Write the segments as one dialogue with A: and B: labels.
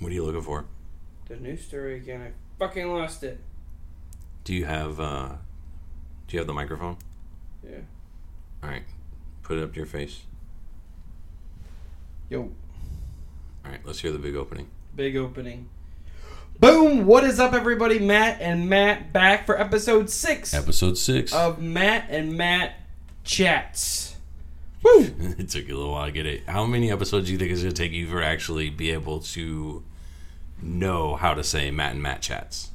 A: What are you looking for?
B: The news story again. I fucking lost it.
A: Do you have uh do you have the microphone?
B: Yeah.
A: All right. Put it up to your face.
B: Yo,
A: All right, let's hear the big opening.
B: big opening. Boom! What is up, everybody? Matt and Matt back for episode six
A: Episode 6.
B: of Matt and Matt Chats. Woo!
A: it took you a little while to get it. How many episodes do you think it's going to take you for actually be able to know how to say Matt and Matt chats?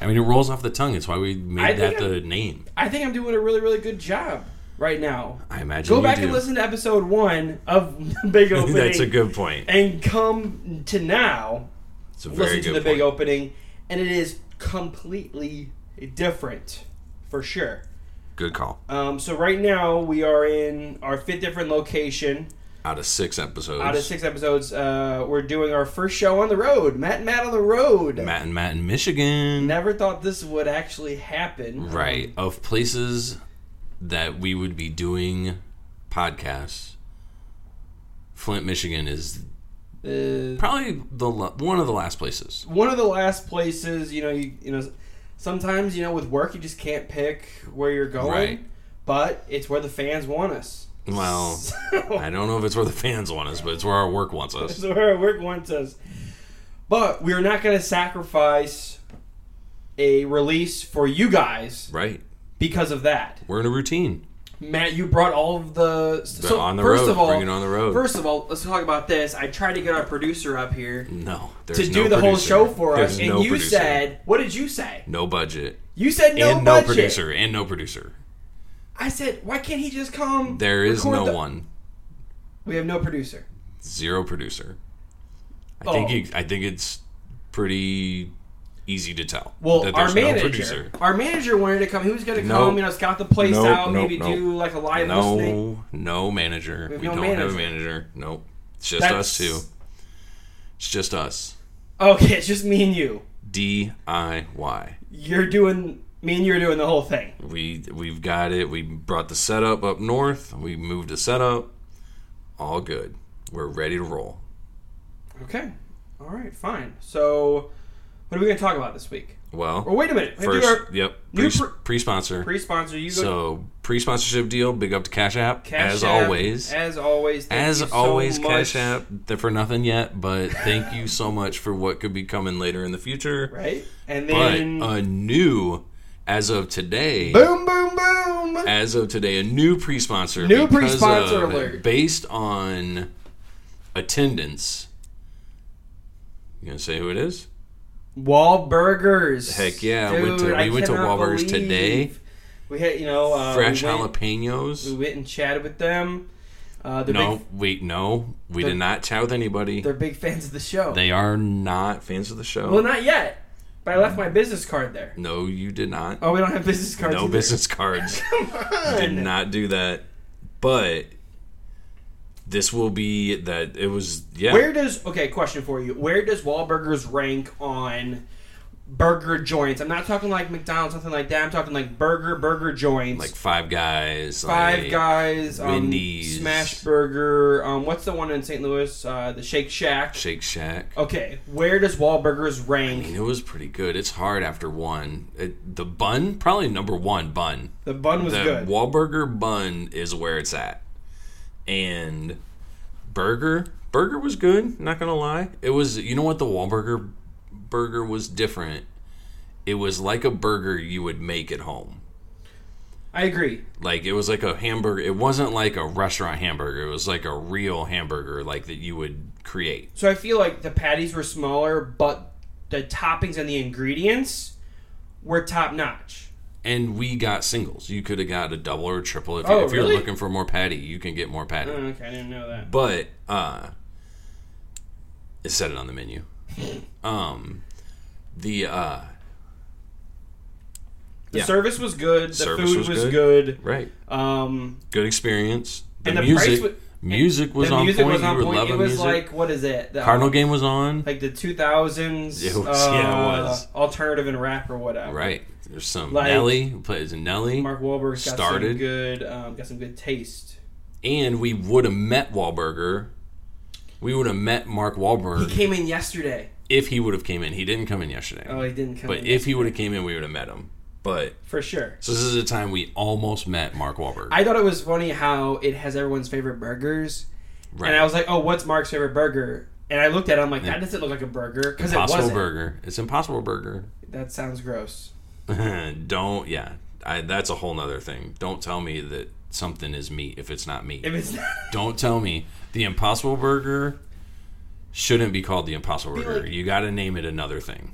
A: I mean, it rolls off the tongue. It's why we made
B: I think
A: that the name.
B: I think I'm doing a really, really good job right now.
A: I imagine
B: Go
A: you
B: back
A: do.
B: and listen to episode one of Big Opening.
A: That's a good point.
B: And come to now,
A: It's a very
B: listen
A: good
B: to the
A: point.
B: big opening, and it is completely different, for sure.
A: good call.
B: Um, so right now we are in our fifth different location
A: Out of 6 episodes.
B: out of six episodes. Uh, we're doing our first show on the road, Matt and Matt on the road.
A: Matt and Matt in Michigan.
B: Never thought this would actually happen.
A: Right. Of places that we would be doing podcasts, Flint, Michigan is
B: Uh,
A: probably the la- one of the last places.
B: one of the last places, you know, you you know, sometimes you know with work you just can't pick where you're going,
A: Right.
B: but it's where the fans want us.
A: Well,
B: So-
A: I don't know if it's where the fans want us, but it's where our work wants us.
B: So our work wants us. But we are not going to sacrifice a release for you guys
A: Right.
B: because of that.
A: We're in a routine.
B: Matt, you brought all of the
A: They're
B: so
A: on the
B: first
A: road.
B: of all,
A: Bring it on the road.
B: first of all, let's talk about this. I tried to get our producer up here
A: no. There's
B: to do
A: no
B: the whole
A: producer.
B: show for us,
A: There's
B: and
A: no
B: you
A: producer.
B: said, "What did you say?"
A: no budget
B: You said no
A: and
B: budget.
A: no producer and no producer.
B: I said, "Why can't he just come?"
A: There is
B: record
A: no
B: the-"
A: one.
B: We have no producer.
A: Zero producer. I think
B: Oh.
A: you, I think it's pretty easy to tell.
B: Well,
A: that
B: our
A: there's
B: manager,
A: no producer.
B: our manager wanted to come. He was going to
A: Nope.
B: come, you know, scout the place
A: Nope,
B: out,
A: nope,
B: maybe
A: nope.
B: do like a live listening.
A: No, no manager.
B: We
A: We,
B: have no
A: don't
B: manager.
A: have a manager. Nope. It's just
B: That's-
A: us two. It's just us.
B: Okay, it's just me and you.
A: DIY.
B: You're doing me and you're doing the whole thing.
A: We we've got it. We brought the setup up north. We moved the setup. All good. We're ready to roll.
B: Okay. All right, fine. So, what are we going to talk about this week? Or
A: Well,
B: wait a minute. We Oh, have to do
A: first,
B: our
A: yep.
B: new
A: Pre,
B: pr-
A: pre-sponsor.
B: pre-sponsor. You go
A: so pre-sponsorship deal. Big up to Cash App
B: Cash
A: as
B: App,
A: always.
B: As always. Thank
A: As
B: you so
A: always,
B: much.
A: Cash App, th- for nothing yet, but thank you so much for what could be coming later in the future.
B: Right. And
A: but uh,
B: then
A: a new as of today
B: boom, boom, boom.
A: as of today a new pre-sponsor
B: New
A: because
B: pre-sponsor
A: of-
B: alert.
A: based on attendance you gonna say who it is
B: Wahlburgers.
A: Heck yeah, I went to-
B: Dude,
A: we
B: I
A: went to
B: cannot believe
A: Wahlburgers today.
B: We had you know uh,
A: fresh
B: we went,
A: jalapenos
B: We went and chatted with them. Uh, they're
A: no
B: big,
A: wait no we
B: They're-
A: did not chat with anybody
B: they're big fans of the show.
A: they are not fans of the show
B: Well, not yet. But I left my business card there.
A: no you did not
B: Oh, we don't have business cards.
A: no
B: either.
A: business cards did not do that but this will be that it was yeah
B: Where does okay? Question for you. Where does Wahlburgers rank on burger joints? I'm not talking like McDonald's, nothing like that. I'm talking like burger burger joints,
A: like Five Guys,
B: Five
A: like-
B: Guys, um,
A: Wendy's.
B: Smash Burger. Um, what's the one in St. Louis? Uh, the Shake Shack.
A: Shake Shack.
B: Okay, where does Wahlburgers rank?
A: It was pretty good. It's hard after one. It, the bun, probably number one bun.
B: The bun was
A: the
B: good.
A: Wahlburger bun is where it's at, and burger burger was good. Not gonna lie, it was. You know what the Wahlburger burger was different. It was like a burger you would make at home.
B: I agree.
A: Like it was like a hamburger. It wasn't like a restaurant hamburger. It was like a real hamburger, like that you would create.
B: So I feel like the patties were smaller, but the toppings and the ingredients were top notch.
A: and we got singles. You could have got a double or a triple if,
B: Oh,
A: if you're
B: really? Mm.
A: looking for more patty. You can get more patty,
B: Okay, I didn't know that.
A: but uh, it said it on the menu. um, the uh,
B: The
A: yeah.
B: service was good. The
A: Service
B: food was,
A: was
B: good.
A: right,
B: Um,
A: good experience. The,
B: And the price
A: music,
B: wa-
A: music was
B: the
A: on
B: music
A: point.
B: was
A: you
B: on
A: were
B: point.
A: loving
B: It was
A: music.
B: like uh, what is it? The,
A: Cardinal game was on.
B: like the two thousands. uh,
A: It was- yeah, it was.
B: alternative and rap or whatever.
A: right, there's some
B: Like-
A: Nelly who plays Nelly,
B: Mark Wahlberg got some
A: Started.
B: good, um, got some good taste.
A: and we would have met Wahlberger we would have met Mark Wahlberg
B: He came in yesterday.
A: if he would have came in. He didn't come in yesterday,
B: Oh, he didn't come.
A: but
B: in
A: if he would have came in, we would have met him. But
B: for sure.
A: so this is the time we almost met Mark Wahlberg.
B: I thought it was funny how it has everyone's favorite burgers,
A: right,
B: and I was like, "Oh, what's Mark's favorite burger?" And I looked at it, I'm like, "That doesn't look like a burger because it
A: Impossible
B: wasn't."
A: Burger. It's Impossible Burger.
B: That sounds gross.
A: Don't yeah. I, that's a whole nother thing. Don't tell me that something is meat if it's not meat.
B: If it's not,
A: Don't tell me the Impossible Burger shouldn't be called the Impossible
B: Be
A: Burger.
B: like-
A: you got to name it another thing.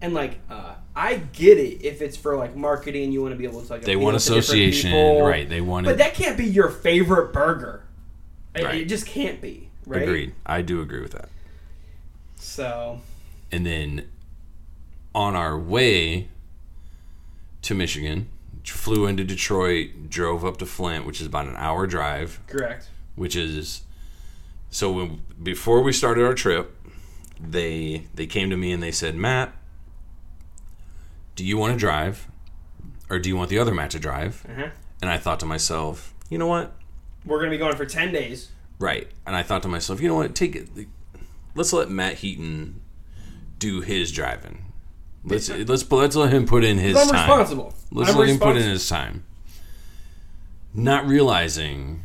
B: and like, uh, I get it if it's for like marketing, you want to be able to like
A: They
B: appeal
A: want
B: to different
A: association,
B: people.
A: right? They want
B: But
A: it.
B: that can't be your favorite burger. It-
A: Right.
B: It just can't be, right?
A: Agreed. I do agree with that.
B: So
A: And then on our way to Michigan, flew into Detroit, drove up to Flint, which is about an hour drive,
B: correct.
A: which is so when, before we started our trip, they they came to me and they said, "Matt, do you want to drive or do you want the other Matt to drive?"
B: Uh-huh.
A: And I thought to myself, "You know what?
B: We're gonna be going for ten days.
A: Right. And I thought to myself, you know what? Take it. Let's let Matt Heaton do his driving. Let's let's let's let him put in his
B: I'm
A: time.
B: responsible.
A: Let's
B: I'm
A: let him put in
B: responsible.
A: his time. Not realizing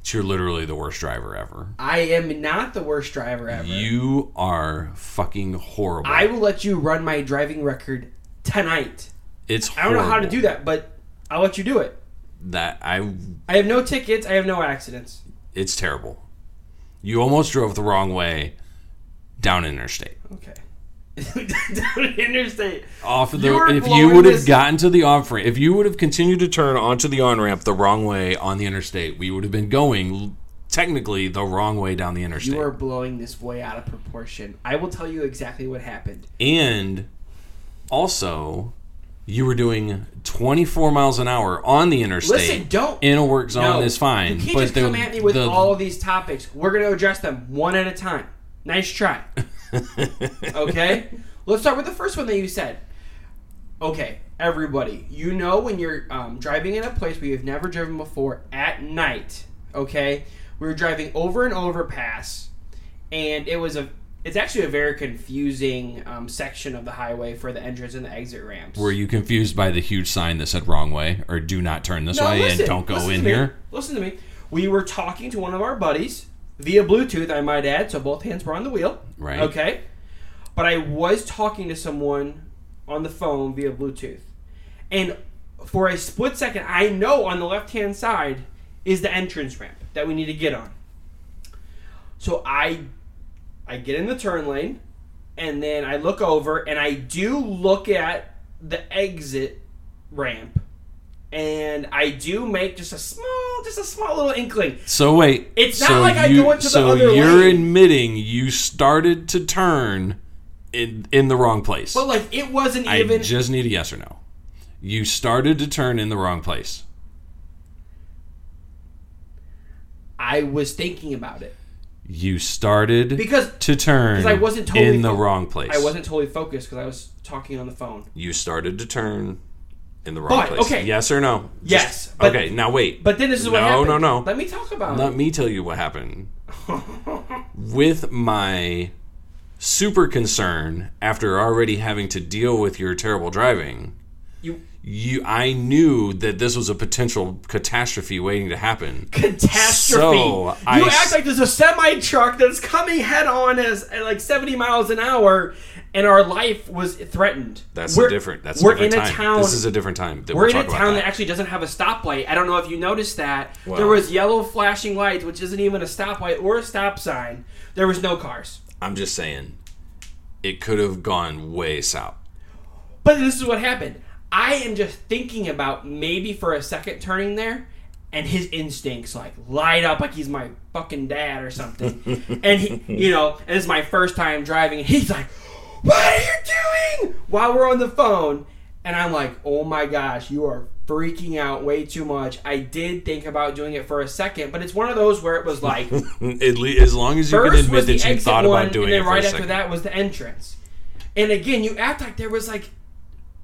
A: that you're literally the worst driver ever.
B: I am not the worst driver ever.
A: You are fucking horrible.
B: I will let you run my driving record tonight.
A: it's
B: I don't
A: horrible.
B: know how to do that, but I'll let you do it.
A: that. I
B: I have no tickets. I have no accidents.
A: it's terrible. You almost drove the wrong way down interstate.
B: Okay. Down interstate.
A: off the
B: You were
A: if you
B: blowing
A: would have
B: this-
A: gotten to the off ramp if you would have continued to turn onto the on ramp the wrong way on the interstate we would have been going l- technically the wrong way down the interstate
B: You are blowing this way out of proportion. I will tell you exactly what happened.
A: and also you were doing 24 miles an hour on the interstate
B: Listen, don't.
A: in a work zone
B: no.
A: is fine
B: You can't
A: but
B: just
A: the,
B: come at me with
A: the-
B: all of these topics. We're going to address them one at a time. Nice try. okay? Let's start with the first one that you said. Okay, everybody, you know when you're um, driving in a place where you've never driven before at night, okay? We were driving over an overpass, and it was a it's actually a very confusing um, section of the highway for the entrance and the exit ramps.
A: were you confused by the huge sign that said wrong way or do not turn this
B: No,
A: way
B: listen,
A: and don't go
B: listen
A: in
B: to me.
A: here
B: Listen to me. We were talking to one of our buddies via Bluetooth, I might add, so both hands were on the wheel.
A: Right.
B: Okay. But I was talking to someone on the phone via Bluetooth. And for a split second, I know on the left hand side is the entrance ramp that we need to get on. So I I get in the turn lane and then I look over and I do look at the exit ramp and I do make just a small just a small little inkling.
A: So wait,
B: It's not
A: so
B: like I
A: you,
B: go into the
A: so
B: other
A: you're
B: lane.
A: admitting you started to turn in in the wrong place.
B: But like it wasn't
A: I
B: even
A: just need a yes or no. You started to turn in the wrong place.
B: I was thinking about it.
A: You started
B: Because
A: to turn
B: 'cause I wasn't totally
A: in the
B: fo-
A: wrong place.
B: I wasn't totally focused because I was talking on the phone.
A: You started to turn in the wrong
B: But,
A: place.
B: okay.
A: Yes or no?
B: Yes,
A: Just-
B: but-
A: okay. Now wait.
B: But then this is what
A: No,
B: happened.
A: no, no.
B: Let me talk about
A: Let
B: it.
A: me tell you what happened. With my super concern after already having to deal with your terrible driving,
B: You
A: you I knew that this was a potential catastrophe waiting to happen.
B: catastrophe.
A: So,
B: you
A: I
B: act
A: s-
B: like there's a semi truck that's coming head on as at like 70 miles an hour, and our life was threatened.
A: That's
B: We're-
A: a different. That's
B: we're
A: a different
B: in
A: time.
B: a town.
A: This is a different time. That
B: we're
A: we'll
B: in a
A: talk about
B: town that.
A: that.
B: actually doesn't have a stoplight. I don't know if you noticed that.
A: Wow.
B: There was yellow flashing lights, which isn't even a stoplight or a stop sign. There was no cars.
A: I'm just saying, it could have gone way south.
B: But this is what happened. I am just thinking about maybe for a second turning there, and his instincts like light up like he's my fucking dad or something. and he, you know, and it's my first time driving, and he's like, "What are you doing?" While we're on the phone, and I'm like, "Oh my gosh, you are freaking out way too much." I did think about doing it for a second, but it's one of those where it was like.
A: At le- as long as you can
B: First was
A: admit
B: the
A: that you
B: exit
A: thought
B: one,
A: about doing
B: and then
A: it for
B: right
A: a
B: after
A: second.
B: that was the entrance. And again, you act like there was like,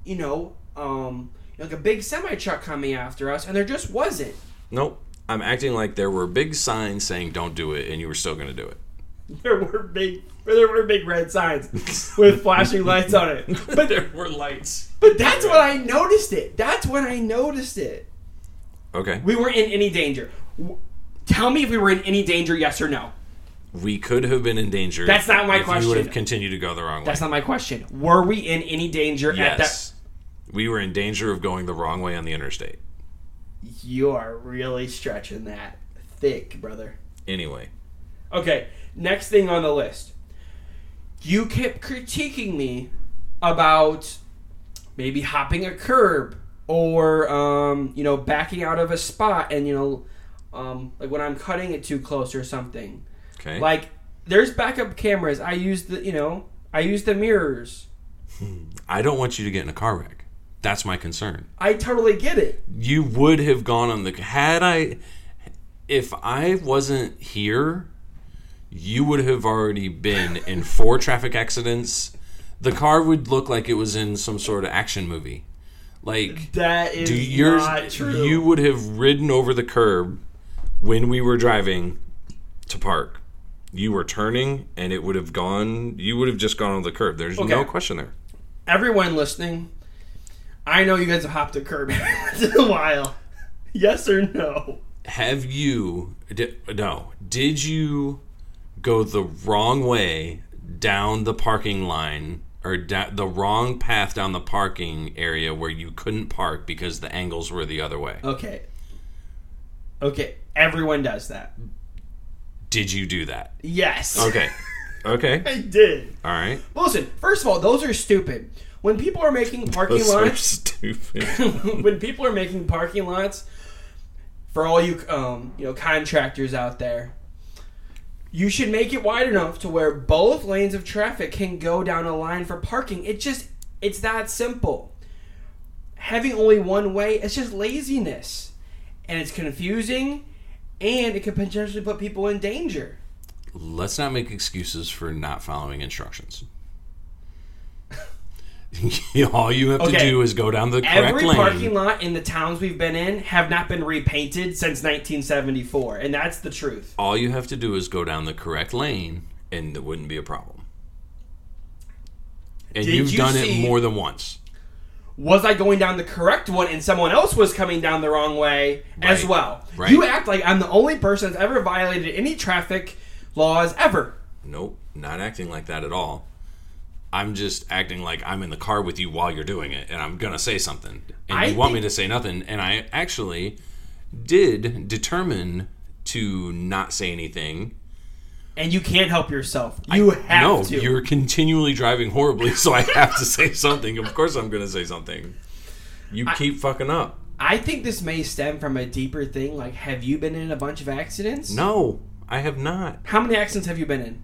B: you know, um, like a big semi truck coming after us, and there just wasn't.
A: Nope. I'm acting like there were big signs saying don't do it, and you were still going to do it.
B: There were big, there were big red signs with flashing lights on it. But
A: there were lights.
B: but that's when I noticed it. That's when I noticed it.
A: Okay.
B: We weren't in any danger. W- Tell me if we were in any danger, yes or no.
A: We could have been in danger.
B: That's not my
A: if You would have
B: question.
A: continued to go the wrong way.
B: That's not my question. Were we in any danger at that?
A: yes. We were in danger of going the wrong way on the interstate.
B: You are really stretching that thick, brother.
A: Anyway,
B: Okay, next thing on the list. You kept critiquing me about maybe hopping a curb or um, you know backing out of a spot and you know um, like when I'm cutting it too close or something.
A: okay.
B: Like there's backup cameras. I use the you know I use the mirrors.
A: I don't want you to get in a car wreck. That's my concern.
B: I totally get it.
A: You would have gone on the had I if I wasn't here, you would have already been in four traffic accidents. The car would look like it was in some sort of action movie. Like
B: That is
A: Do yours,
B: not true.
A: You would have ridden over the curb when we were driving to park. You were turning, and it would have gone. You would have just gone on the curb. There's no
B: Okay.
A: question there.
B: everyone listening, I know you guys have hopped a curb every once in a while. Yes or no?
A: Have you? Di- no. Did you go the wrong way down the parking line? Or da- the wrong path down the parking area where you couldn't park because the angles were the other way.
B: Okay. Okay. Everyone does that.
A: Did you do that?
B: Yes.
A: Okay. Okay.
B: I did.
A: All right.
B: Listen, first of all, those are stupid. When people are making parking
A: Those are
B: lots,
A: stupid.
B: when people are making parking lots, for all you um, you know contractors out there, you should make it wide enough to where both lanes of traffic can go down a line for parking. It just it's that simple. Having only one way, it's just laziness, and it's confusing, and it can potentially put people in danger.
A: let's not make excuses for not following instructions. All you have to
B: Okay.
A: do is go down the correct
B: Every
A: lane.
B: parking lot in the towns we've been in have not been repainted since 1974, and that's the truth.
A: All you have to do is go down the correct lane, and it wouldn't be a problem. And
B: Did
A: you've
B: you
A: done
B: see-
A: it more than once.
B: was I going down the correct one and someone else was coming down the wrong way as
A: Right.
B: well?
A: Right.
B: You act like I'm the only person that's ever violated any traffic laws ever.
A: Nope, not acting like that at all. I'm just acting like I'm in the car with you while you're doing it, and I'm gonna say something, and
B: I
A: you want me
B: think-
A: to say nothing, and I actually did determine to not say anything
B: And you can't help yourself. You have
A: no,
B: to.
A: you're continually driving horribly, so I have to say something. Of course, I'm going to say something. You keep fucking up.
B: I think this may stem from a deeper thing. Like, have you been in a bunch of accidents?
A: No, I have not.
B: How many accidents have you been in?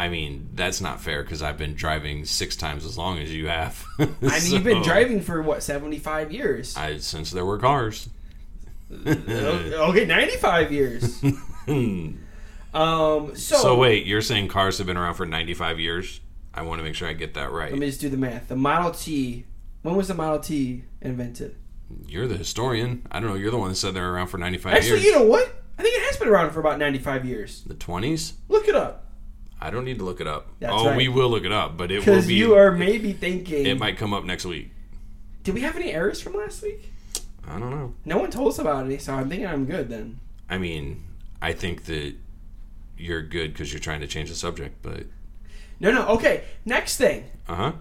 A: I mean, that's not fair because I've been driving six times as long as you have. I
B: I mean, you've been driving for what, 75 years?
A: I, since there were cars. Uh.
B: O- okay, 95 years. um, so,
A: So wait, you're saying cars have been around for 95 years? I want to make sure I get that right.
B: let me just do the math. The Model T, when was the Model T invented?
A: you're the historian. I don't know. You're the one that said they're around for 95
B: Actually,
A: years.
B: you know what? I think it has been around for about 95 years.
A: the 20s.
B: Look it up.
A: I don't need to look it up.
B: That's
A: oh,
B: right.
A: we will look it up, but it will
B: Because
A: be.
B: you are maybe thinking,
A: it might come up next week.
B: did we have any errors from last week?
A: I don't know.
B: No one told us about any, so I'm thinking I'm good then.
A: I mean, I think that you're good because you're trying to change the subject, but
B: No, no, okay. Next thing.
A: uh huh.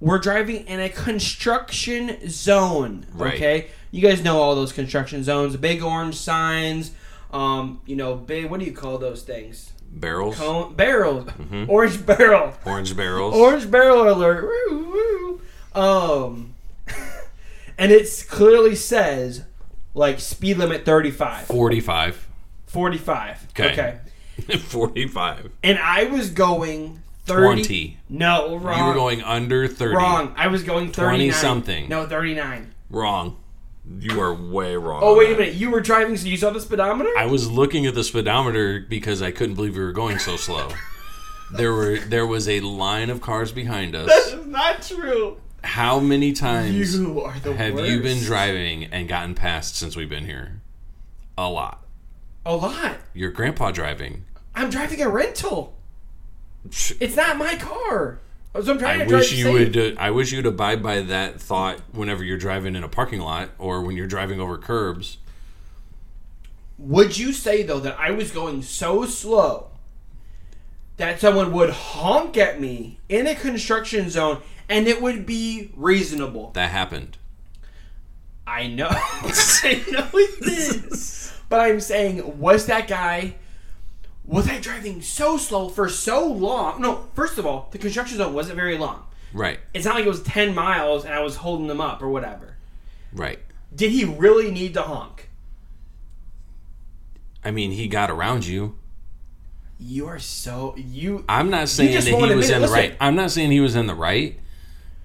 B: We're driving in a construction zone.
A: Right.
B: Okay? You guys know all those construction zones big orange signs, um, you know, big, what do you call those things?
A: Barrels,
B: Cone, barrels.
A: Mm-hmm.
B: Orange barrel.
A: orange barrels.
B: Orange Barrel Alert. Woo, woo. Um, and it's clearly says like speed limit 35,
A: 45.
B: 45.
A: 'Kay. 45.
B: And I was going 30.
A: 20.
B: No,
A: You
B: wrong.
A: were going under 30.
B: wrong. I was going 39.
A: something.
B: No, 39.
A: Wrong. You are way wrong.
B: Oh,
A: on
B: wait a
A: that.
B: minute. You were driving, so you saw the speedometer?
A: Uh, I was looking at the speedometer because I couldn't believe we were going so slow. There were there was a line of cars behind us.
B: That's not true.
A: How many times
B: You are the
A: have
B: worst.
A: you been driving and gotten passed since we've been here? a lot.
B: A lot.
A: Your grandpa driving.
B: I'm driving a rental.
A: Psh,
B: It's not my car. So I'm trying
A: I
B: to drive
A: wish you
B: safe.
A: would. Uh, I wish you'd abide by that thought whenever you're driving in a parking lot or when you're driving over curbs.
B: Would you say though that I was going so slow that someone would honk at me in a construction zone and it would be reasonable?
A: That happened.
B: I know. I know it is. But I'm saying, was that guy was I driving so slow for so long? No, first of all, the construction zone wasn't very long.
A: Right.
B: It's not like it was 10 miles and I was holding them up or whatever.
A: Right.
B: Did he really need to honk?
A: I mean, he got around you.
B: You are so you
A: I'm not saying that
B: just
A: he
B: won't
A: was
B: admit-
A: in the right.
B: listen.
A: I'm not saying he was in the right.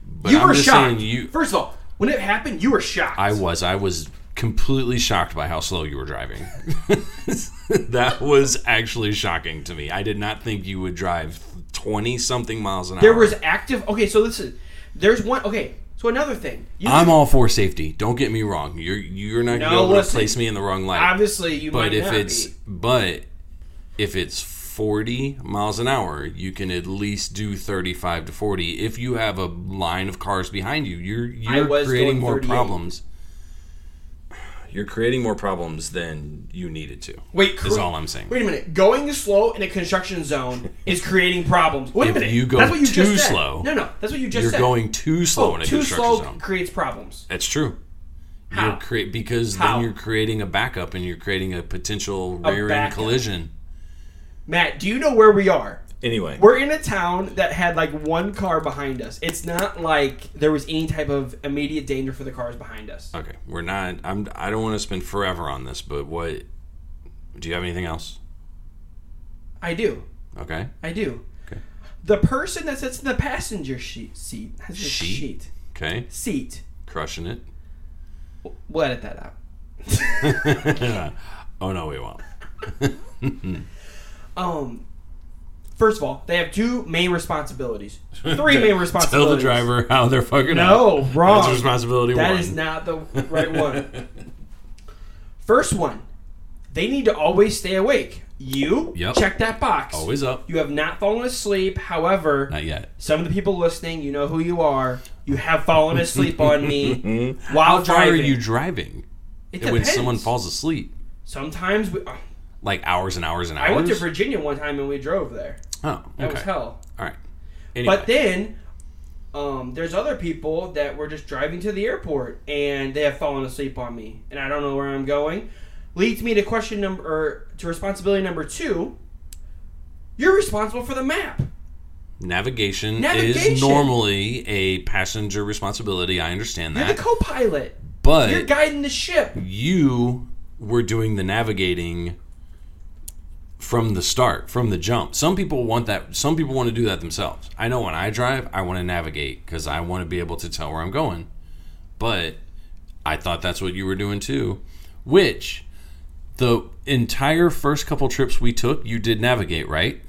A: But
B: you
A: I'm
B: were
A: just
B: shocked.
A: saying you.
B: First of all, when it happened, you were shocked.
A: I was. I was completely shocked by how slow you were driving. that was actually shocking to me. I did not think you would drive twenty something miles an hour.
B: there was active. Okay, so listen. There's one. Okay, so another thing. You,
A: I'm all for safety. Don't get me wrong. You're you're not going
B: No,
A: to be able
B: listen.
A: to place me in the wrong light.
B: obviously, you
A: but
B: might
A: if
B: not
A: it's
B: be.
A: but if it's 40 miles an hour you can at least do 35 to 40 if you have a line of cars behind you you're
B: I
A: you're
B: was
A: creating
B: going
A: more
B: 38.
A: problems you're creating more problems than you needed to
B: Wait,
A: is
B: cor-
A: all i'm saying
B: Wait a minute. Going slow in a construction zone is creating problems. Wait
A: If
B: a minute.
A: you go
B: that's what you
A: too
B: just said.
A: slow,
B: No, no. That's what you just
A: you're
B: said. Oh,
A: going too slow in a
B: too
A: construction
B: slow
A: zone
B: creates problems.
A: that's true
B: How?
A: you're create because
B: How?
A: then you're creating a backup and you're creating a potential rear end
B: backup.
A: collision
B: Matt, do you know where we are?
A: anyway
B: We're in a town that had like one car behind us. It's not like there was any type of immediate danger for the cars behind us.
A: Okay, we're not. I'm. I don't want to spend forever on this, but what? Do you have anything else?
B: I do.
A: Okay.
B: I do.
A: Okay.
B: The person that sits in the passenger sheet seat has a
A: Sheet?
B: sheet
A: Okay.
B: seat.
A: Crushing it.
B: We'll edit that out.
A: oh no, we won't.
B: Um, first of all, they have two main responsibilities. Three main
A: Tell
B: responsibilities.
A: the driver how they're fucking.
B: No,
A: up.
B: wrong.
A: That's responsibility
B: That
A: one.
B: is not the right one. First one, they need to always stay awake. You
A: Yep.
B: check that box.
A: Always up.
B: You have not fallen asleep. However,
A: Not yet.
B: some of the people listening, you know who you are. You have fallen asleep on me while
A: How far are
B: driving.
A: you driving?
B: It
A: When
B: depends.
A: someone falls asleep,
B: Sometimes we. oh,
A: like hours and hours and hours.
B: I went to Virginia one time and we drove there.
A: Oh,
B: That
A: okay.
B: was hell.
A: All right. Anyway,
B: But then, um, there's other people that were just driving to the airport and they have fallen asleep on me, and I don't know where I'm going. Leads me to question number or to responsibility number two. You're responsible for the map.
A: navigation,
B: Navigation.
A: is normally a passenger responsibility. I understand
B: You're
A: that,
B: the co-pilot.
A: but
B: You're guiding the ship.
A: you were doing the navigating from the start, from the jump. Some people want that. Some people want to do that themselves. I know when I drive, I want to navigate because I want to be able to tell where I'm going. But I thought that's what you were doing too, which the entire first couple trips we took, you did navigate, right?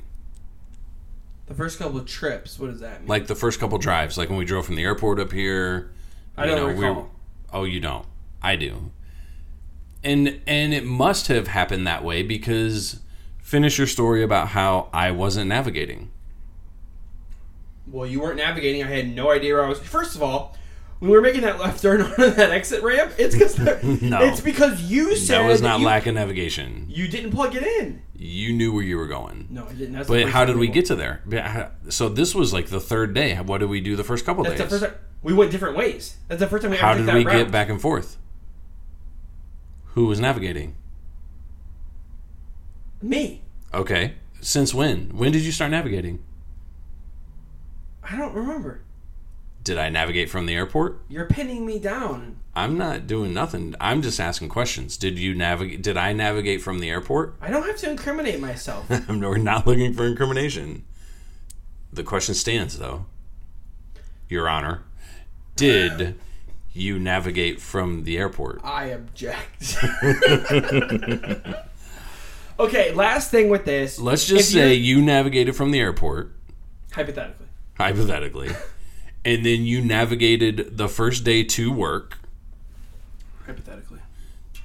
B: The first couple of trips. What does that mean?
A: Like the first couple drives, like when we drove from the airport up here.
B: I
A: you
B: don't
A: know, we-
B: recall.
A: oh, you don't. I do. And and it must have happened that way because finish your story about how I wasn't navigating.
B: Well, you weren't navigating. I had no idea where I was. First of all, when we were making that left turn on that exit ramp, it's because
A: No.
B: it's because you said
A: that was not
B: you,
A: lack of navigation.
B: you didn't plug it in.
A: You knew where you were going.
B: No, I didn't. That's the
A: But
B: first
A: how
B: time
A: did we
B: went.
A: get to there? Yeah, how- So this was like the third day. What did we do the first couple
B: That's
A: days?
B: the first time we went different ways. That's the first time we
A: how
B: ever took
A: did
B: that
A: we
B: route.
A: get back and forth? Who was navigating?
B: Me,
A: Okay. Since when? When did you start navigating?
B: I don't remember.
A: Did I navigate from the airport?
B: You're pinning me down.
A: I'm not doing nothing. I'm just asking questions. Did you navigate? Did I navigate from the airport?
B: I don't have to incriminate myself.
A: We're not looking for incrimination. The question stands, though, Your Honor. Did you navigate from the airport?
B: I object. okay, last thing with this.
A: Let's just
B: If
A: say
B: you're-
A: you navigated from the airport,
B: hypothetically,
A: hypothetically, and then you navigated the first day to work.
B: hypothetically,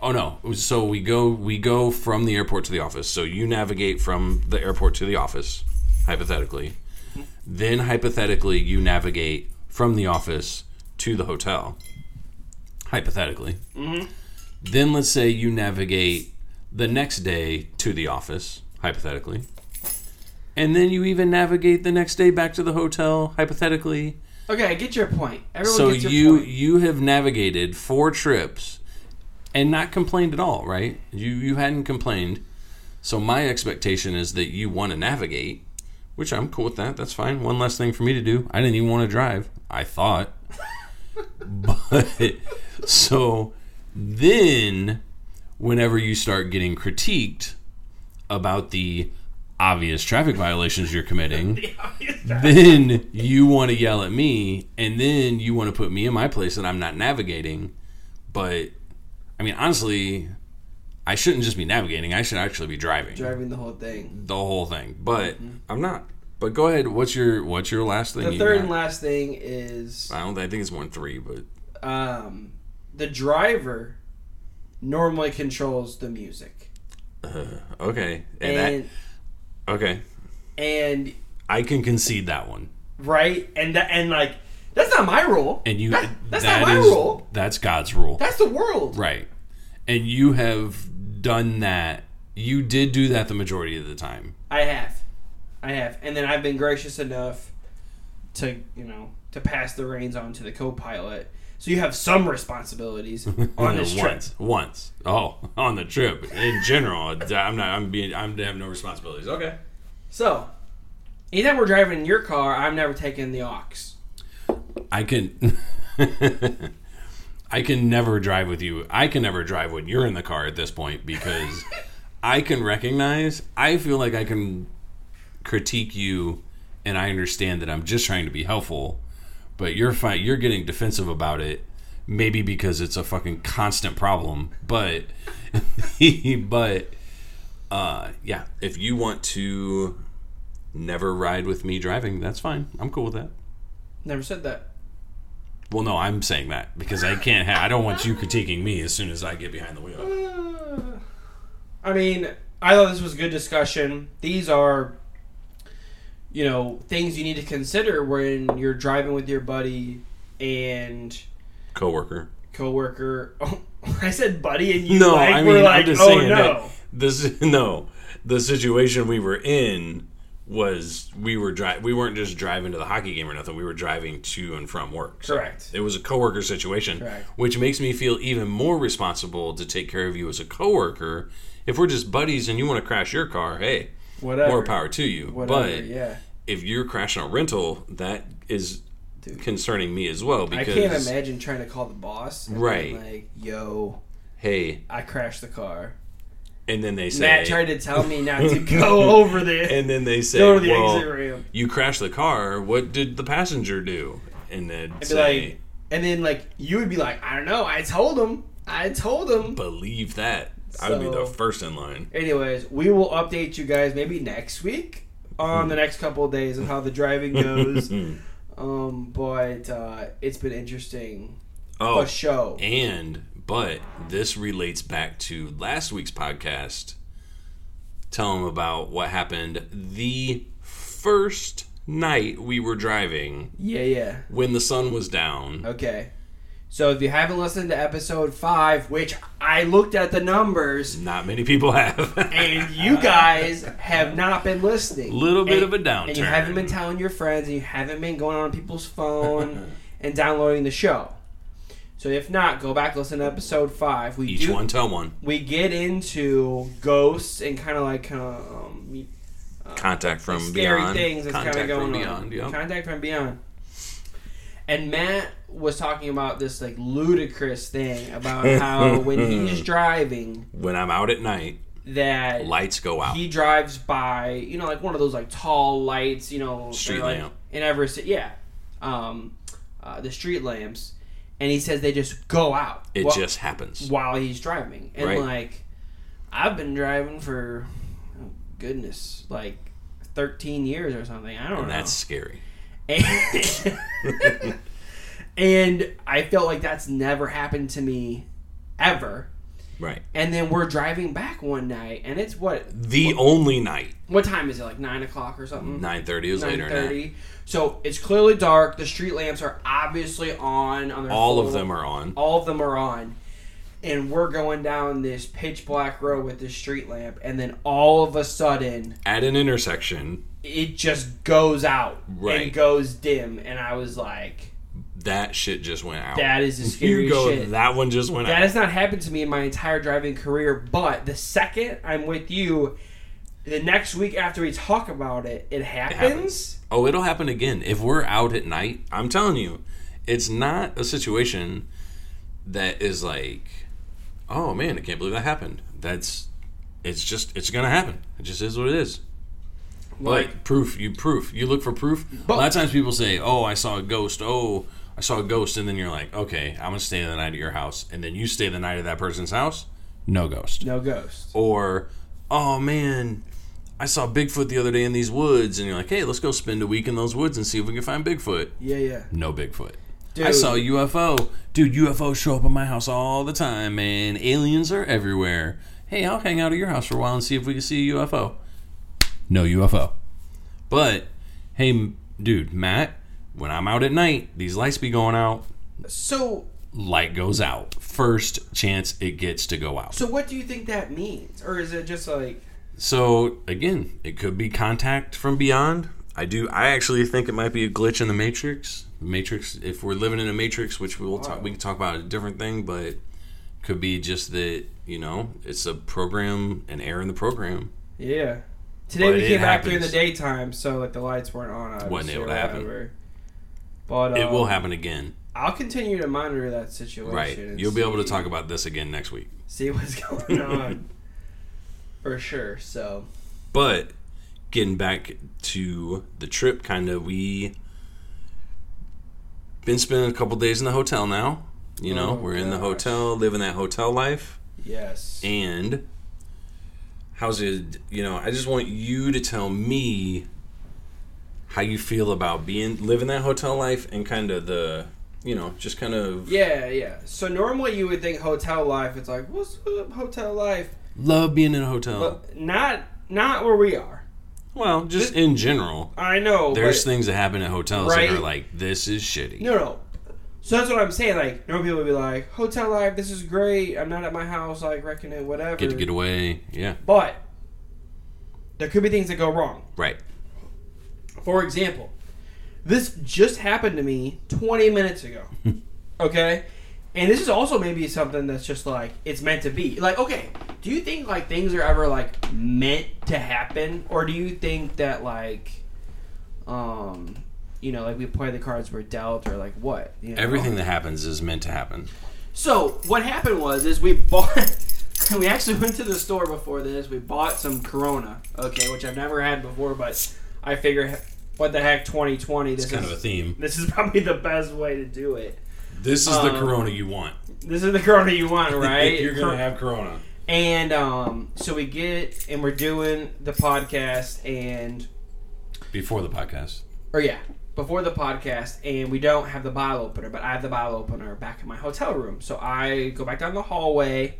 A: Oh no! So we go we go from the airport to the office. So you navigate from the airport to the office, hypothetically. Then hypothetically, you navigate from the office to the hotel, hypothetically. Then let's say you navigate the next day to the office, hypothetically. And then you even navigate the next day back to the hotel, hypothetically
B: Okay, I get your point. Everyone
A: so
B: gets your
A: you
B: point.
A: you have navigated four trips and not complained at all right you you hadn't complained so my expectation is that you want to navigate which i'm cool with that that's fine one less thing for me to do i didn't even want to drive i thought but so then whenever you start getting critiqued about the obvious traffic violations you're committing then you want to yell at me and then you want to put me in my place that I'm not navigating. But I mean, honestly, I shouldn't just be navigating. I should actually be driving
B: driving the whole thing.
A: the whole thing. But I'm not. But go ahead. What's your what's your last thing?
B: Mm-hmm. The
A: you
B: third
A: got?
B: and last thing is
A: I don't. I think it's one three. But
B: um, the driver normally controls the music,
A: okay. And,
B: and
A: that, okay.
B: and
A: I can concede that one.
B: right and that and like that's not my rule.
A: And you.
B: That- that's
A: that
B: not my
A: is-
B: rule.
A: That's God's rule.
B: That's the world.
A: Right. And you have done that. You did do that the majority of the time.
B: I have, I have, and then I've been gracious enough to you know to pass the reins on to the co-pilot. So you have some responsibilities on this trip.
A: once, once. Oh, on the trip in general. I'm not. I'm being. I'm to have no responsibilities. Okay.
B: So anytime we're driving in your car, I'm never taking the aux.
A: I can. I can never drive with you. I can never drive when you're in the car at this point because I can recognize. I feel like I can critique you, and I understand that I'm just trying to be helpful. But you're fine. You're getting defensive about it, maybe because it's a fucking constant problem. But, but, uh, yeah. If you want to never ride with me driving, that's fine. I'm cool with that.
B: Never said that.
A: Well, no, I'm saying that because I can't. Ha- I don't want you critiquing me as soon as I get behind the wheel.
B: I mean, I thought this was a good discussion. These are, you know, things you need to consider when you're driving with your buddy and
A: Coworker.
B: coworker. Oh, I said buddy, and you
A: No,
B: like,
A: I
B: were
A: mean,
B: like,
A: I'm just
B: oh
A: saying
B: no.
A: that this. No, the situation we were in was we were driving. We weren't just driving to the hockey game or nothing. We were driving to and from work. So
B: Correct.
A: It was a coworker situation,
B: Correct.
A: which makes me feel even more responsible to take care of you as a coworker. If we're just buddies and you want to crash your car, hey,
B: Whatever.
A: more power to you.
B: Whatever,
A: but
B: yeah.
A: if you're crashing a rental, that is
B: Dude.
A: concerning me as well
B: I
A: because
B: can't imagine trying to call the boss. and being
A: Right.
B: Like, yo,
A: hey,
B: I crashed the car.
A: and then they say
B: Matt tried to tell me not to go over the
A: and then they say,
B: go to the
A: well,
B: exit ramp.
A: you crashed the car. What did the passenger do? And then
B: be
A: say,
B: like, and then like you would be like, I don't know, I told him, I told him.
A: believe that. I would be
B: So-
A: the first in line.
B: Anyways, we will update you guys maybe next week on the next couple of days of how the driving goes. um, but uh, it's been interesting
A: Oh,
B: a show.
A: and but this relates back to last week's podcast. Tell them about what happened the first night we were driving
B: Yeah, yeah.
A: when the sun was down.
B: Okay. So if you haven't listened to episode five, which I looked at the numbers,
A: Not many people have.
B: and you guys have not been listening.
A: little bit
B: And-
A: of a downturn.
B: and you haven't been telling your friends and you haven't been going on people's phone and downloading the show so if not go back listen to episode five we
A: Each
B: do
A: one tell one.
B: we get into ghosts and kind of like kind of um,
A: Contact from
B: scary
A: beyond.
B: things that's kind
A: Contact
B: of
A: from
B: going on
A: beyond. Yep.
B: contact from beyond and matt was talking about this like ludicrous thing about how when he's driving
A: when I'm out at night,
B: that
A: lights go out.
B: he drives by, you know, like one of those like tall lights, you know,
A: Street
B: they're, like,
A: lamp.
B: in Everest. Yeah, um, uh, the street lamps, and he says they just go out.
A: it
B: whi-
A: just happens.
B: while he's driving, and
A: Right.
B: like I've been driving for oh, goodness, like thirteen years or something. I don't
A: And
B: know.
A: that's scary.
B: And, and I felt like that's never happened to me ever.
A: Right.
B: And then we're driving back one night, and it's what
A: The only night.
B: what time is it? Like nine o'clock or something.
A: Nine thirty was later.
B: Nine
A: in that.
B: thirty. So it's clearly dark. The street lamps are obviously on. On their
A: All of
B: full-
A: them are on.
B: all of them are on and we're going down this pitch black road with this street lamp and then all of a sudden
A: At an intersection,
B: it just goes out
A: Right.
B: and goes dim and i was like
A: that shit just went out.
B: that is the
A: you
B: scary
A: go,
B: shit
A: that one just went
B: that
A: out.
B: has not happened to me in my entire driving career but the second i'm with you the next week after we talk about it it happens,
A: happens. Oh, it'll happen again. If we're out at night, I'm telling you, it's not a situation that is like, oh man, I can't believe that happened. That's, it's just, it's gonna happen. It just is what it is.
B: like
A: like proof you proof you look for proof a lot of times people say oh i saw a ghost oh i saw a ghost and then you're like okay i'm gonna stay the night at your house and then you stay the night at that person's house no ghost
B: no ghost
A: or oh man i saw bigfoot the other day in these woods and you're like hey let's go spend a week in those woods and see if we can find bigfoot
B: yeah yeah
A: no bigfoot i
B: Dude.
A: saw a ufo dude ufos show up at my house all the time man aliens are everywhere hey i'll hang out at your house for a while and see if we can see a ufo no ufo but hey m- dude matt when i'm out at night these lights be going out
B: so
A: light goes out first chance it gets to go out
B: so what do you think that means or is it just like
A: So again, it could be contact from beyond. I do. I actually think it might be a glitch in the matrix. The matrix. If we're living in a matrix, which we will talk, we can talk about a different thing, but could be just that you know it's a program, an error in the program.
B: Yeah. Today
A: But
B: we
A: it
B: came back during the
A: happens.
B: daytime, so like the lights weren't on. Obviously,
A: Wasn't able
B: or
A: to happen.
B: whatever. But
A: It
B: uh,
A: will happen again,
B: I'll continue to monitor that situation.
A: right?
B: and
A: You'll be able to
B: see-
A: talk about this again next week.
B: See what's going on. For sure. So
A: But getting back to the trip, kind of we been spending a couple days in the hotel now. You know,
B: Oh,
A: we're in the
B: gosh.
A: hotel, living that hotel life.
B: yes.
A: and how's it you know i just want you to tell me how you feel about being living that hotel life and kind of the you know just kind of
B: yeah, yeah. So normally you would think hotel life. It's like what's up, hotel life,
A: love being in a hotel
B: but not not where we are.
A: well just in general
B: I know.
A: there's
B: but-
A: things that happen at hotels that
B: Right.
A: are like this is shitty
B: No, no. So that's what I'm saying. Like, normal people would be like, "Hotel life, this is great. I'm not at my house, like, wrecking it, whatever."
A: get to get away yeah
B: But there could be things that go wrong.
A: right
B: For example, this just happened to me 20 minutes ago. okay? And this is also maybe something that's just like it's meant to be. Like, okay, do you think like things are ever like meant to happen or do you think that like um you know, like we play the cards we're dealt or like what? You know?
A: everything that happens is meant to happen
B: So what happened was is we bought. We actually went to the store before this. We bought some Corona, okay, which I've never had before, but I figure, he- what the heck, 2020. This
A: it's kind
B: is
A: of a theme
B: this is probably the best way to do it.
A: this is the
B: Um,
A: corona you want
B: This is the Corona you want, right?
A: you're gonna have corona
B: and um, so we get it, and we're doing the podcast, and
A: before the podcast
B: or yeah, before the podcast, and we don't have the bottle opener, but I have the bottle opener back in my hotel room. So I go back down the hallway.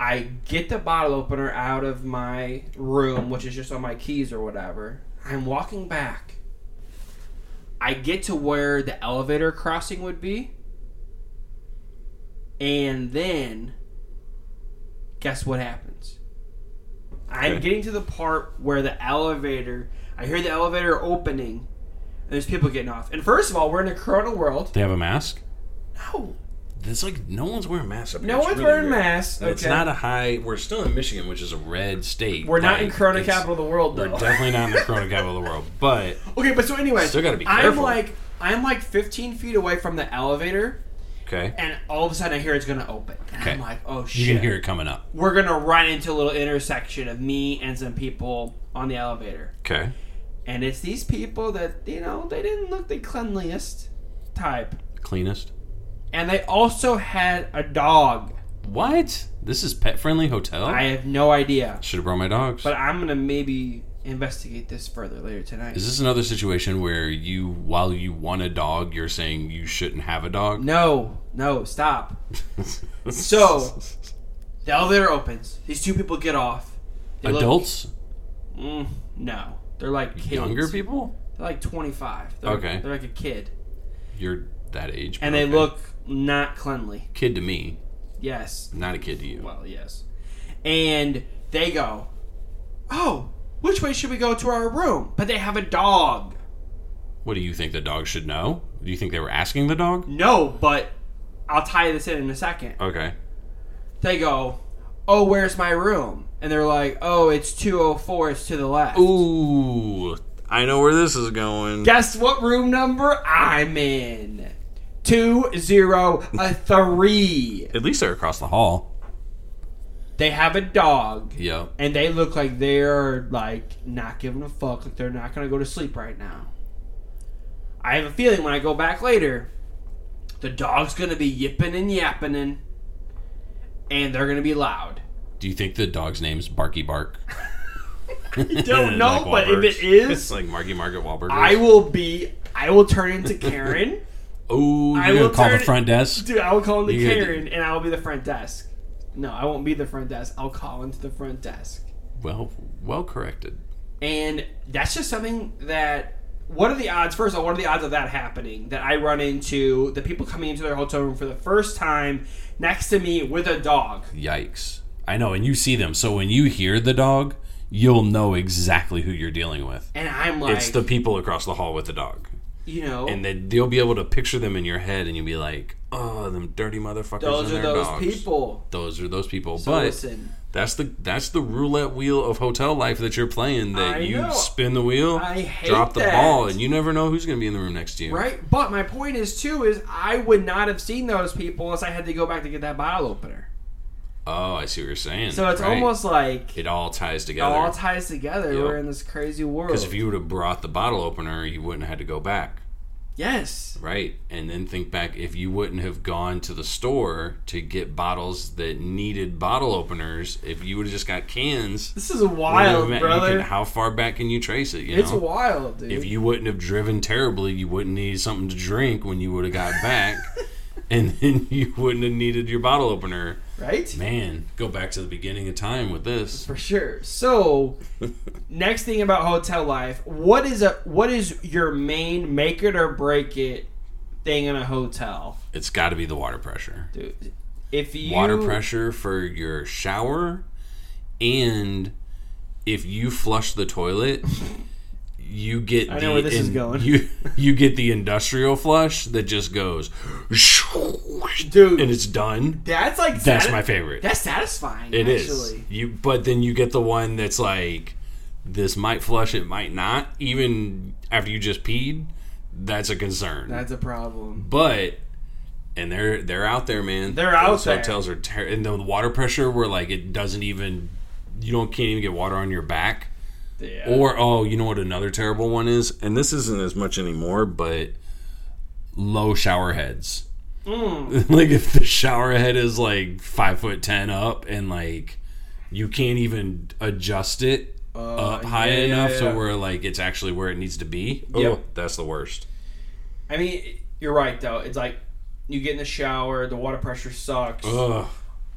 B: I get the bottle opener out of my room, which is just on my keys or whatever. I'm walking back. I get to where the elevator crossing would be. And then, guess what happens? I'm
A: Okay.
B: getting to the part where the elevator, I hear the elevator opening, and there's people getting off. And first of all, we're in a Corona world.
A: they have a mask
B: No,
A: It's like no one's wearing masks. Up here.
B: no
A: It's
B: one's
A: really
B: wearing
A: weird.
B: masks. Okay.
A: It's not a high. We're still in Michigan, which is a red state.
B: we're not in
A: Like,
B: Corona
A: it's-
B: capital of the world,
A: We're
B: though.
A: definitely not in the Corona capital of the world, but
B: Okay, but so anyway,
A: Still gotta be
B: I'm
A: careful.
B: like I'm like 15 feet away from the elevator,
A: okay,
B: and all of a sudden I hear it's gonna open, and
A: Okay.
B: I'm like, oh shit!
A: you can hear it coming up.
B: We're gonna run into a little intersection of me and some people on the elevator,
A: Okay,
B: and it's these people that you know they didn't look the cleanliest type,
A: cleanest.
B: and they also had a dog.
A: What? This is pet friendly hotel.
B: I have no idea,
A: should have brought my dogs.
B: but I'm gonna maybe investigate this further later tonight.
A: is this another situation where you, while you want a dog, you're saying you shouldn't have a dog?
B: No, no, stop. So- The elevator opens. These two people get off. They look-
A: Adults,
B: mm, no, they're like kids.
A: younger people.
B: They're like 25. They're,
A: Okay.
B: They're like a kid,
A: You're that age, but
B: and
A: okay.
B: they look not cleanly.
A: kid to me,
B: Yes.
A: not a kid to you.
B: Well, yes. And they go, oh, which way should we go to our room? But they have a dog.
A: What do you think the dog should know? Do you think they were asking the dog?
B: No, but I'll tie this in in a second.
A: Okay.
B: They go, oh, where's my room? And they're like, oh, it's 204. It's to the left.
A: Ooh, I know where this is going.
B: Guess what room number I'm in? 203.
A: At least they're across the hall.
B: they have a dog.
A: Yep.
B: And they look like they're like not giving a fuck, like they're not gonna go to sleep right now. I have a feeling when I go back later, the dog's gonna be yipping and yapping and, and they're gonna be loud.
A: Do you think the dog's name's Barky Bark?
B: Don't know,
A: Like
B: but if it
A: Wahlberg's. It's
B: is,
A: like Marky Mark at Wahlburgers.
B: I will be. I will turn into Karen.
A: Ooh,
B: I
A: you're gonna
B: will
A: call the
B: turn-
A: front desk.
B: Dude, I will call into
A: You gotta do-
B: Karen, and I will be the front desk. No, I won't be the front desk. I'll call into the front desk.
A: Well, well corrected.
B: And that's just something that. What are the odds? First of all, what are the odds of that happening? That I run into the people coming into their hotel room for the first time next to me with a dog.
A: Yikes! I know, and you see them, so when you hear the dog, you'll know exactly who you're dealing with.
B: And I'm like,
A: It's the people across the hall with the dog,
B: you know,
A: and they, they'll be able to picture them in your head, and you'll be like, "Oh, them dirty motherfuckers."
B: those
A: and
B: are
A: their
B: those
A: dogs.
B: people.
A: Those are those people.
B: So
A: but
B: listen,
A: that's the that's the roulette wheel of hotel life that you're playing. That
B: I
A: you
B: know.
A: spin the wheel,
B: I hate
A: drop the
B: that.
A: ball, and you never know who's going to be in the room next to you.
B: right? But my point is, too, is I would not have seen those people unless I had to go back to get that bottle opener.
A: Oh, I see what you're saying.
B: So it's
A: Right.
B: almost like
A: it all ties
B: it all
A: together.
B: ties together.
A: Yep.
B: We're in this crazy world.
A: Because if you would have brought the bottle opener, you wouldn't have had to go back,
B: yes,
A: right? And then think back if you wouldn't have gone to the store to get bottles that needed bottle openers, if you would have just got cans,
B: this is
A: wouldn't
B: wild,
A: have- you
B: brother.
A: can- how far back can you trace it? You
B: it's
A: know?
B: wild, dude.
A: if you wouldn't have driven terribly, you wouldn't need something to drink when you would have got back, and then you wouldn't have needed your bottle opener.
B: right?
A: Man, go back to the beginning of time with this.
B: For sure. So, next thing about hotel life, what is a what is your main make it or break it thing in a hotel,
A: It's got to be the water pressure.
B: dude? If you
A: Water pressure for your shower, and if you flush the toilet, you get
B: I
A: the
B: know where this is going.
A: you you get the industrial flush that just goes,
B: Dude.
A: and it's done.
B: that's like
A: That's
B: sati-
A: my favorite.
B: That's satisfying.
A: It is
B: actually.
A: You, but then you get the one that's like, this might flush, it might not. Even after you just peed, that's a concern.
B: That's a problem.
A: but and they're they're out there, man.
B: They're out
A: Those
B: there.
A: Hotels are ter- and the water pressure where like it doesn't even you don't can't even get water on your back.
B: Yeah.
A: Or oh, you know what another terrible one is, and this isn't as much anymore, but low shower heads.
B: Hmm.
A: like if the shower head is like five foot ten up, and like you can't even adjust it
B: Oh,
A: up high
B: Uh, yeah,
A: enough
B: yeah, yeah.
A: so where like it's actually where it needs to be.
B: Yep.
A: Oh, that's the worst.
B: I mean, you're right though. It's like you get in the shower, the water pressure sucks.
A: Ugh.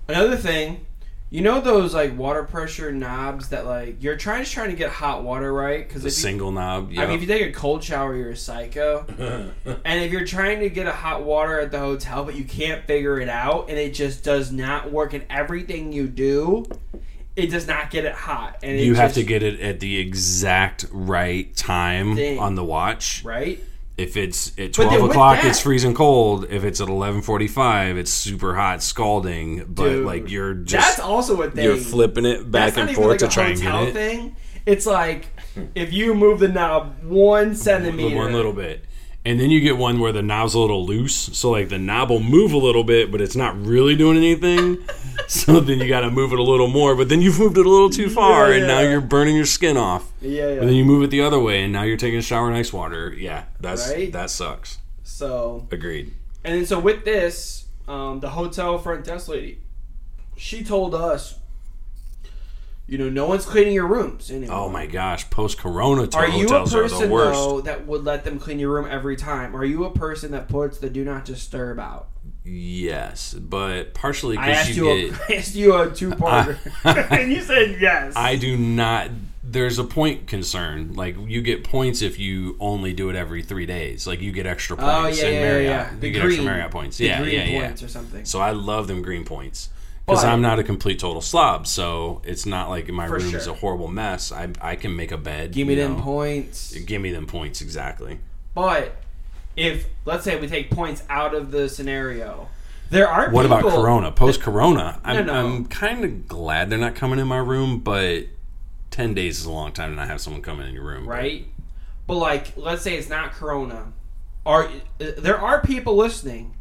B: Another thing, you know those like water pressure knobs that like you're trying just trying to get hot water right because
A: The
B: if you,
A: single knob.
B: I mean if
A: yep.
B: you take a cold shower you're a psycho, and if you're trying to get a hot water at the hotel but you can't figure it out and it just does not work and everything you do, it does not get it hot and it
A: you have
B: just-
A: to get it at the exact right time
B: Thing.
A: on the watch.
B: right.
A: If it's at
B: But then
A: twelve
B: with
A: o'clock,
B: that-
A: it's freezing cold. If it's at eleven forty-five, it's super hot, scalding. But
B: Dude,
A: like you're just
B: That's also a thing.
A: you're flipping it back
B: That's not
A: and
B: even,
A: forth
B: like,
A: to
B: a
A: try and
B: hotel
A: get it
B: Thing. It's like if you move the knob one
A: the
B: centimeter,
A: one little bit. And then you get one where the knob's a little loose, so like the knob will move a little bit, but it's not really doing anything. so then you got to move it a little more, but then you've moved it a little too far, and now
B: Yeah.
A: you're burning your skin off.
B: yeah,
A: And then
B: yeah.
A: you move it the other way, and now you're taking a shower in ice water. Yeah, that's
B: Right?
A: that sucks.
B: So
A: Agreed.
B: And then so with this, um, the hotel front desk lady, she told us, you know, no one's cleaning your rooms anymore.
A: Oh my gosh, post Corona
B: Are you a
A: hotels are the
B: person
A: worst.
B: though that would let them clean your room every time? Are you a person that puts the do not disturb out?
A: Yes, but partially
B: I
A: because
B: asked
A: you
B: you,
A: get.
B: a, I asked you a two-parter, and you said yes.
A: I do not. There's a point concern. Like you get points if you only do it every three days. Like you get extra points.
B: oh yeah,
A: in
B: yeah,
A: Marriott.
B: yeah.
A: You
B: The
A: get extra
B: green-
A: Marriott points.
B: the
A: yeah,
B: green
A: yeah, yeah.
B: points or something.
A: So I love them green points because
B: But-
A: I'm not a complete total slob. So it's not like my
B: For
A: room is
B: sure.
A: a horrible mess. I I can make a bed.
B: Give me
A: you
B: them
A: know.
B: points.
A: Give me them points exactly.
B: But if let's say we take points out of the scenario, there are
A: What about
B: people-
A: Corona? Post Corona, I'm,
B: no.
A: I'm kind of glad they're not coming in my room, but ten days is a long time to not have someone coming in your room.
B: right? But like, let's say it's not Corona. Are uh, there are people listening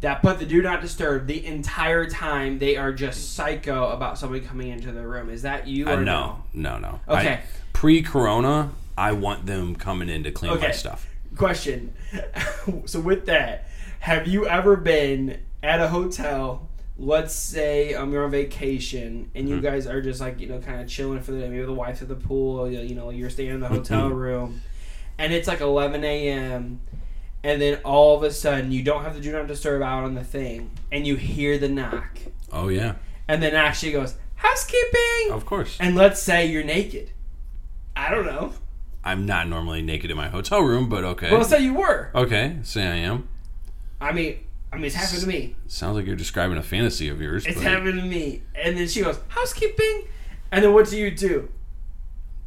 B: that put the do not disturb the entire time they are just psycho about somebody coming into their room? Is that you? Or
A: Uh, no, no, no.
B: Okay.
A: Pre Corona, I want them coming in to clean my
B: Okay.
A: stuff.
B: no? Question. so with that, have you ever been at a hotel? Let's say um, you're on vacation and you guys are just like you know kind of chilling for the day. Maybe the wife's at the pool. You know you're staying in the hotel room, and it's like 11 a.m. and then all of a sudden you don't have the do not disturb out on the thing, and you hear the knock,
A: Oh yeah,
B: and then actually goes housekeeping,
A: of course.
B: and let's say you're naked. I don't know.
A: I'm not normally naked in my hotel room, but okay.
B: Well, let's say you were.
A: okay, say I am.
B: I mean, I mean, it's happened to me.
A: Sounds like you're describing a fantasy of yours.
B: It's
A: but
B: happened to me. And then she goes housekeeping, and then what do you do?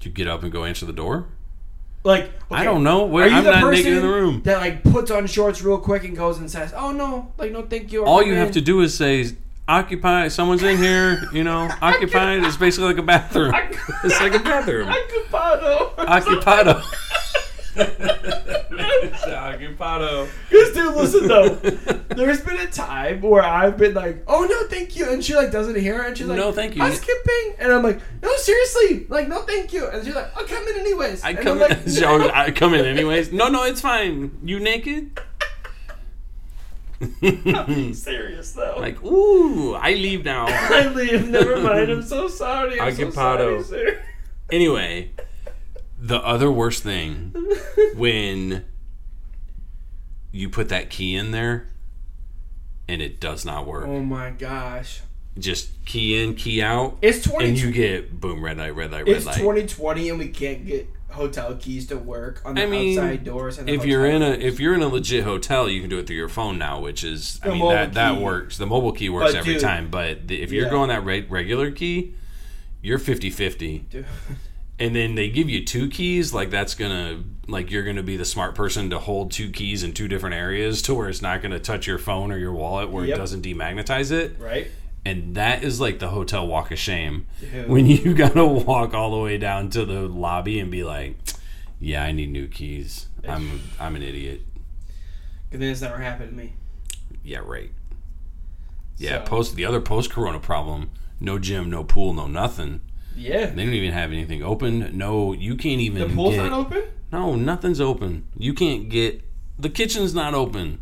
A: you get up and go answer the door.
B: Like
A: I
B: okay,
A: don't know. Wait,
B: Are you
A: I'm
B: the
A: not
B: person
A: naked in the room.
B: that like puts on shorts real quick and goes and says, "Oh no, like no, thank you."
A: All you have to do is say, "Occupy." Someone's in here. You know, occupied. It's basically like a bathroom. It's like a bathroom.
B: Occupado.
A: Occupado.
B: This
A: occupado.
B: dude, listen though. There's been a time where I've been like, "Oh no, thank you," and she like doesn't hear it, and she's like,
A: No, thank you.
B: Housekeeping, and I'm like, "No, seriously, like no, thank you," and she's like, "I'll come in anyways."
A: I
B: And
A: come,
B: I'm
A: in, so I come in anyways. No, no, it's fine. You naked?
B: I'm serious though.
A: like, ooh, I leave now.
B: I leave. Never mind. I'm so sorry. I'm so sorry,
A: Occupado.
B: sir.
A: Anyway, the other worst thing when you put that key in there and it does not work.
B: Oh my gosh.
A: Just key in, key out,
B: It's twenty.
A: and you get boom, red light, red light, red
B: it's
A: light.
B: 2020, and we can't get hotel keys to work on the
A: I mean,
B: outside doors. And the
A: if you're in
B: hotel.
A: a if you're in a legit hotel, you can do it through your phone now, which is I
B: The
A: mean
B: mobile
A: that that
B: key.
A: works. The mobile key works
B: But
A: every
B: dude-
A: time, but the, if you're
B: Yeah.
A: going that re- regular key, you're 50-50.
B: Dude.
A: And then they give you two keys, like that's gonna like you're gonna be the smart person to hold two keys in two different areas to where it's not gonna touch your phone or your wallet where
B: Yep.
A: it doesn't demagnetize it.
B: right?
A: And that is like the hotel walk of shame.
B: Dude.
A: When you gotta walk all the way down to the lobby and be like, Yeah, I need new keys. I'm I'm an idiot.
B: Good thing it's never happened to me.
A: Yeah, right. Yeah,
B: So-
A: post the other post corona problem. No gym, no pool, no nothing.
B: Yeah.
A: They don't even have anything open. No, you can't even
B: The pool's
A: get,
B: not open.
A: No, nothing's open. You can't get the kitchen's not open.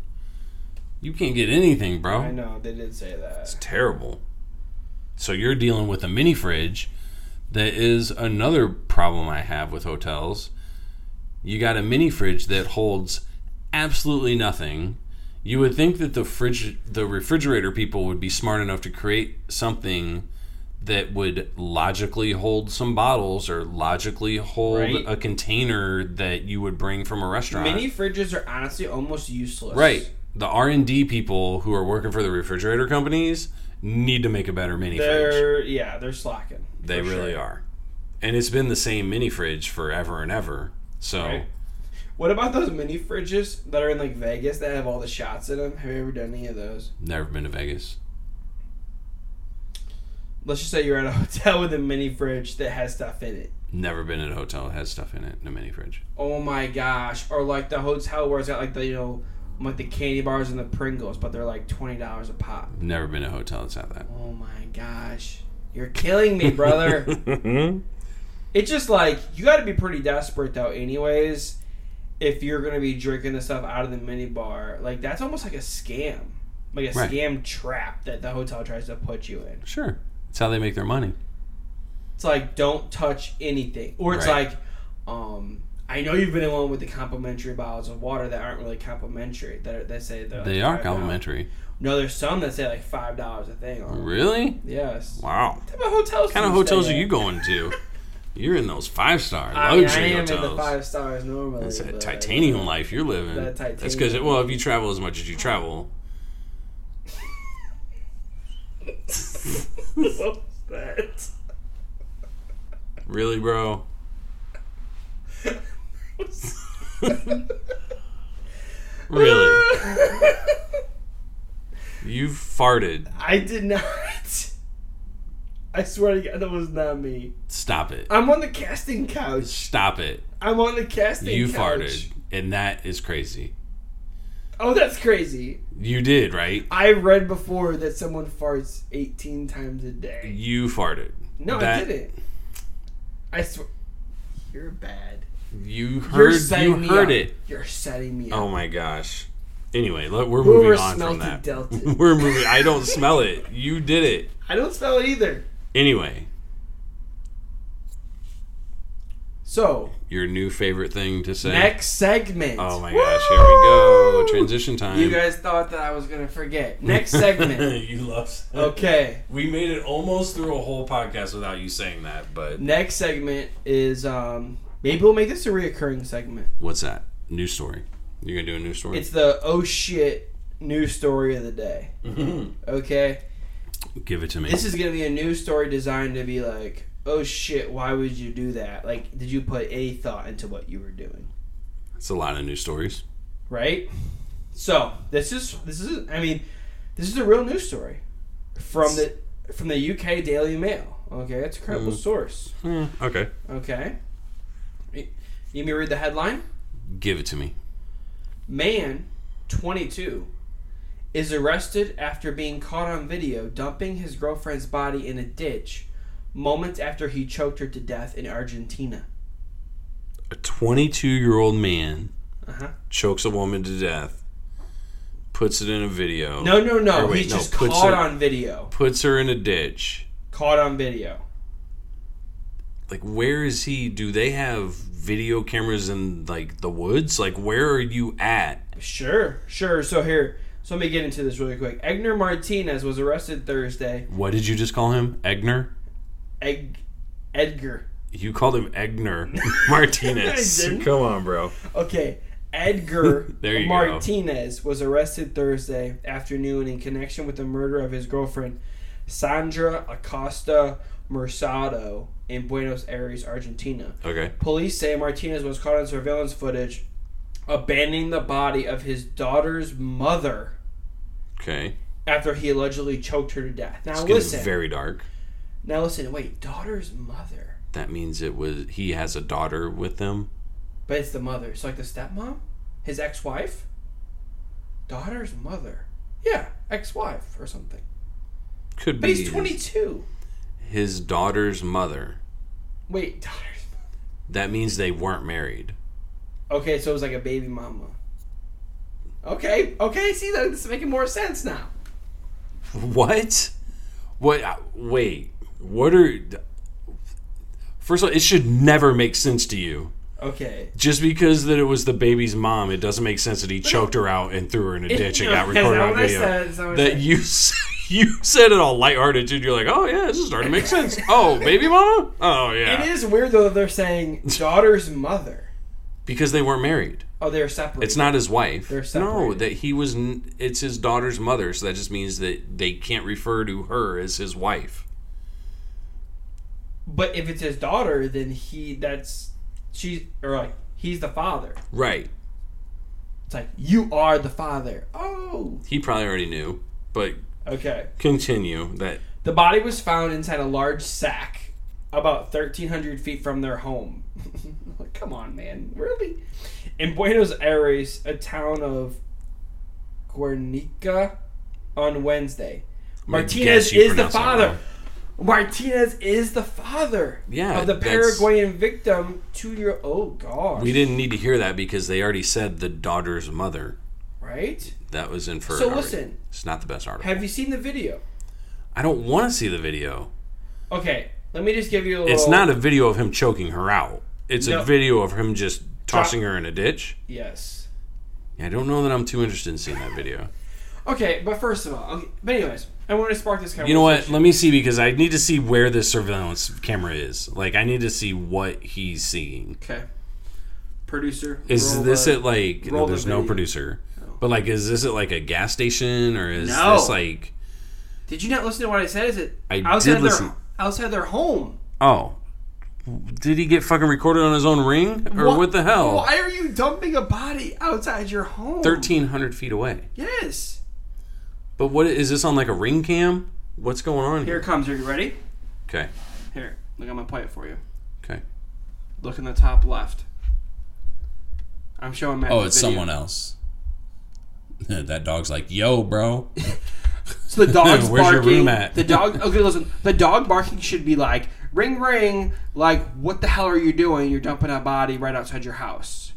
A: You can't get anything, bro.
B: I know they did say that.
A: Oh. It's terrible. So you're dealing with a mini fridge. That is another problem I have with hotels. You got a mini fridge that holds absolutely nothing. You would think that the fridge, the refrigerator people would be smart enough to create something that would logically hold some bottles or logically hold
B: Right.
A: a container that you would bring from a restaurant.
B: Mini fridges are honestly almost useless.
A: Right. The R and D people who are working for the refrigerator companies need to make a better mini fridge.
B: They're yeah, they're slacking.
A: They really are. And it's been the same mini fridge forever and ever. So
B: Right. What about those mini fridges that are in like Vegas that have all the shots in them? Have you ever done any of those?
A: never been to Vegas.
B: Let's just say you're at a hotel with a mini fridge that has stuff in it.
A: Never been at a hotel that has stuff in it in a mini fridge.
B: Oh my gosh! Or like the hotel where it's got like the you know like the candy bars and the Pringles, but they're like twenty dollars a pop.
A: Never been to a hotel that's had that.
B: Oh my gosh! You're killing me, brother. it's just like you got to be pretty desperate though, anyways. If you're gonna be drinking the stuff out of the mini bar, like that's almost like a scam, like a
A: Right.
B: scam trap that the hotel tries to put you in.
A: sure. It's how they make their money.
B: It's like don't touch anything, or it's
A: Right.
B: like, um, I know you've been along with the complimentary bottles of water that aren't really complimentary. That are, that say they're like
A: They are
B: $5.
A: complimentary.
B: No, there's some that say like five dollars a thing. On. them.
A: Really?
B: Yes. What
A: Wow.
B: type of hotels?
A: What kind
B: do
A: of
B: you stay
A: hotels are
B: at?
A: you going to? You're in those five star
B: I, mean, I
A: luxury
B: am in the
A: hotels.
B: five stars normally.
A: That's that
B: but-
A: titanium life you're living.
B: That
A: That's because
B: titanium.
A: well, if you travel as much as you travel,
B: What's that?
A: really, bro. really, you farted.
B: I did not. I swear to God, that was not me.
A: Stop it.
B: I'm on the casting couch.
A: Stop it.
B: I'm on the casting
A: You
B: couch.
A: farted, and that is crazy.
B: Oh, that's crazy.
A: You did right.
B: I read before that someone farts 18 times a day.
A: You farted.
B: No, I
A: That-
B: didn't. I swear. You're bad.
A: You
B: You're
A: heard. You
B: setting me
A: heard
B: up.
A: it.
B: You're setting me up.
A: Oh my gosh. Anyway, look, we're
B: Brewer
A: moving on from
B: smelt
A: that.
B: it, dealt it.
A: we're moving. I don't smell it. You did it.
B: I don't spell it either.
A: Anyway,
B: So,
A: your new favorite thing to say.
B: next segment.
A: Oh my gosh, here we go.
B: Woo!
A: Transition time.
B: You guys thought that I was going to forget. Next segment.
A: you love.
B: okay.
A: We made it almost through a whole podcast without you saying that, but
B: Next segment is um maybe we'll make this a reoccurring segment.
A: what's that? New story. You're gonna do a new story.
B: It's the oh shit news story of the day.
A: Mm-hmm.
B: Okay.
A: Give it to me.
B: This is gonna be a news story designed to be like, oh shit, why would you do that? Like, did you put any thought into what you were doing?
A: It's a lot of new stories.
B: Right? So this is this is I mean, this is a real news story. From the from the UK Daily Mail. Okay, it's a credible
A: Mm.
B: source.
A: okay.
B: Okay. You need me to read the headline?
A: Give it to me.
B: Man, 22, is arrested after being caught on video dumping his girlfriend's body in a ditch moments after he choked her to death in Argentina.
A: A 22 year old man
B: Uh-huh.
A: chokes a woman to death, puts it in a video.
B: No, no, no.
A: Or wait,
B: He's
A: no,
B: just
A: puts
B: caught
A: it-
B: on video.
A: Puts her in a ditch.
B: Caught on video.
A: like where is he do they have video cameras in like the woods like where are you at
B: Sure, sure. So here, so let me get into this really quick. Egner Martinez was arrested Thursday.
A: what did you just call him egner
B: Eg- Edgar.
A: you called him egner martinez
B: I didn't.
A: come on bro
B: Okay. Edgar
A: There you go.
B: Martinez was arrested Thursday afternoon in connection with the murder of his girlfriend, Sandra Acosta Mercado, in Buenos Aires, Argentina.
A: okay
B: Police say Martinez was caught on surveillance footage abandoning the body of his daughter's mother
A: okay
B: after he allegedly choked her to death. Now,
A: it's
B: listen.
A: getting very dark
B: now, listen. Wait, daughter's mother?
A: that means it was he has a daughter with them
B: But it's the mother. It's like the stepmom? His ex wife? Daughter's mother. Yeah, ex wife or something.
A: could
B: But
A: be
B: he's 22.
A: his daughter's mother
B: Wait, daughter's mother.
A: that means they weren't married
B: Okay, so it was like a baby mama. Okay, okay, see, that it's making more sense now.
A: What? What? uh, Wait. What are? First of all, it should never make sense to you.
B: Okay.
A: Just because that it was the baby's mom, it doesn't make sense that he choked her out and threw her in a ditch and
B: No,
A: got
B: that's
A: recorded
B: not
A: on
B: what I
A: video.
B: said, that's not what I
A: that
B: said.
A: you s- you said it all lighthearted, and you're like, "Oh yeah, this is starting to make sense." Oh, baby mama. Oh yeah,
B: It is weird, though, that they're saying daughter's mother.
A: because they weren't married.
B: Oh, they're separate.
A: It's not his wife.
B: They're
A: no,
B: separated.
A: that he was. n- It's his daughter's mother, so that just means that they can't refer to her as his wife.
B: But if it's his daughter, then he, that's, she's, or like, he's the father.
A: Right.
B: It's like, you are the father. Oh.
A: He probably already knew, but
B: Okay.
A: continue that
B: The body was found inside a large sack about 1,300 feet from their home. Come on, man. Really? In Buenos Aires, a town of Guernica, on Wednesday.
A: gonna
B: Martinez
A: guess you
B: is the
A: pronounce that
B: father.
A: wrong.
B: Martinez is the father
A: Yeah,
B: of the
A: that's-
B: Paraguayan victim, two year Oh, God.
A: we didn't need to hear that because they already said the daughter's mother.
B: Right?
A: That was inferred.
B: So
A: already.
B: listen.
A: it's not the best article.
B: Have you seen the video?
A: I don't want to see the video.
B: Okay, let me just give you a little.
A: It's not a video of him choking her out. It's
B: No.
A: a video of him just tossing her in a ditch.
B: Yes.
A: I don't know that I'm too interested in seeing that video.
B: Okay, but first of all, okay, but anyways, I wanted to spark this conversation.
A: You know what? Let me see because I need to see where this surveillance camera is. Like, I need to see what he's seeing.
B: Okay. Producer.
A: Is
B: roll
A: this
B: the-
A: at like?
B: roll the
A: there's no
B: video.
A: producer,
B: No.
A: but like, is this at like a gas station or is
B: No.
A: this like?
B: Did you not listen to what I said? Is it
A: I
B: outside
A: did
B: their
A: listen.
B: outside their home?
A: Oh, did he get fucking recorded on his own ring or what, the hell?
B: Why are you dumping a body outside your home?
A: Oh. Thirteen hundred feet away.
B: Yes.
A: But what is this on like a ring cam? What's going on
B: Here
A: here?
B: it comes. Are you ready?
A: Okay,
B: Here, look. I'm gonna play it for you.
A: okay.
B: Look in the top left. I'm showing Matt.
C: Oh,
B: the
C: it's
B: video.
C: someone else. that dog's like, yo, bro.
B: So the dog's
A: Where's your
B: barking.
A: room at?
B: The dog. Okay, listen. The dog barking should be like ring, ring. Like, what the hell are you doing? You're dumping a body right outside your house.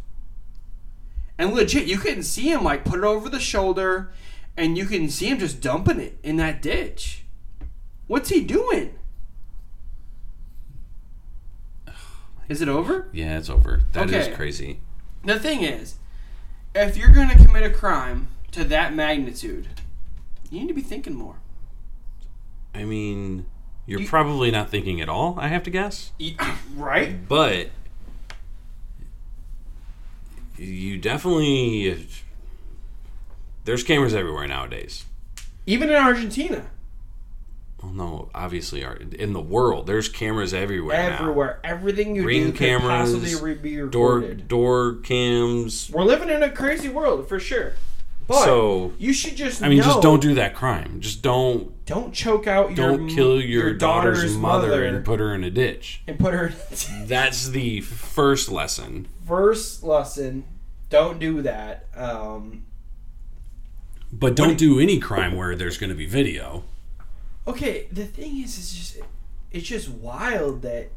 B: And legit, you couldn't see him like put it over the shoulder, and you can see him just dumping it in that ditch. What's he doing? Is it over?
A: Yeah, it's over. That is
B: Okay.
A: crazy.
B: The thing is, if you're going to commit a crime to that magnitude, you need to be thinking more.
A: I mean, you're
B: You-
A: probably not thinking at all. I have to guess,
B: You- right?
A: but you definitely there's cameras everywhere nowadays.
B: Even in Argentina.
A: Well, no, obviously, are- in the world, there's cameras everywhere. now.
B: Everywhere. Everything you do
A: Ring cameras,
B: could possibly re- be
A: door
B: recorded.
A: door cams.
B: We're living in a crazy world, for sure. But
A: so
B: you should just
A: I mean, just
B: know,
A: don't do that crime. Just don't
B: don't choke out your
A: don't kill your, daughter's, mother, and
B: and,
A: put her in a ditch.
B: put her
A: That's the first lesson.
B: first lesson. Don't do that. Um,
C: But don't do any crime where there's going to be video.
B: Okay, the thing is, it's just it's just wild that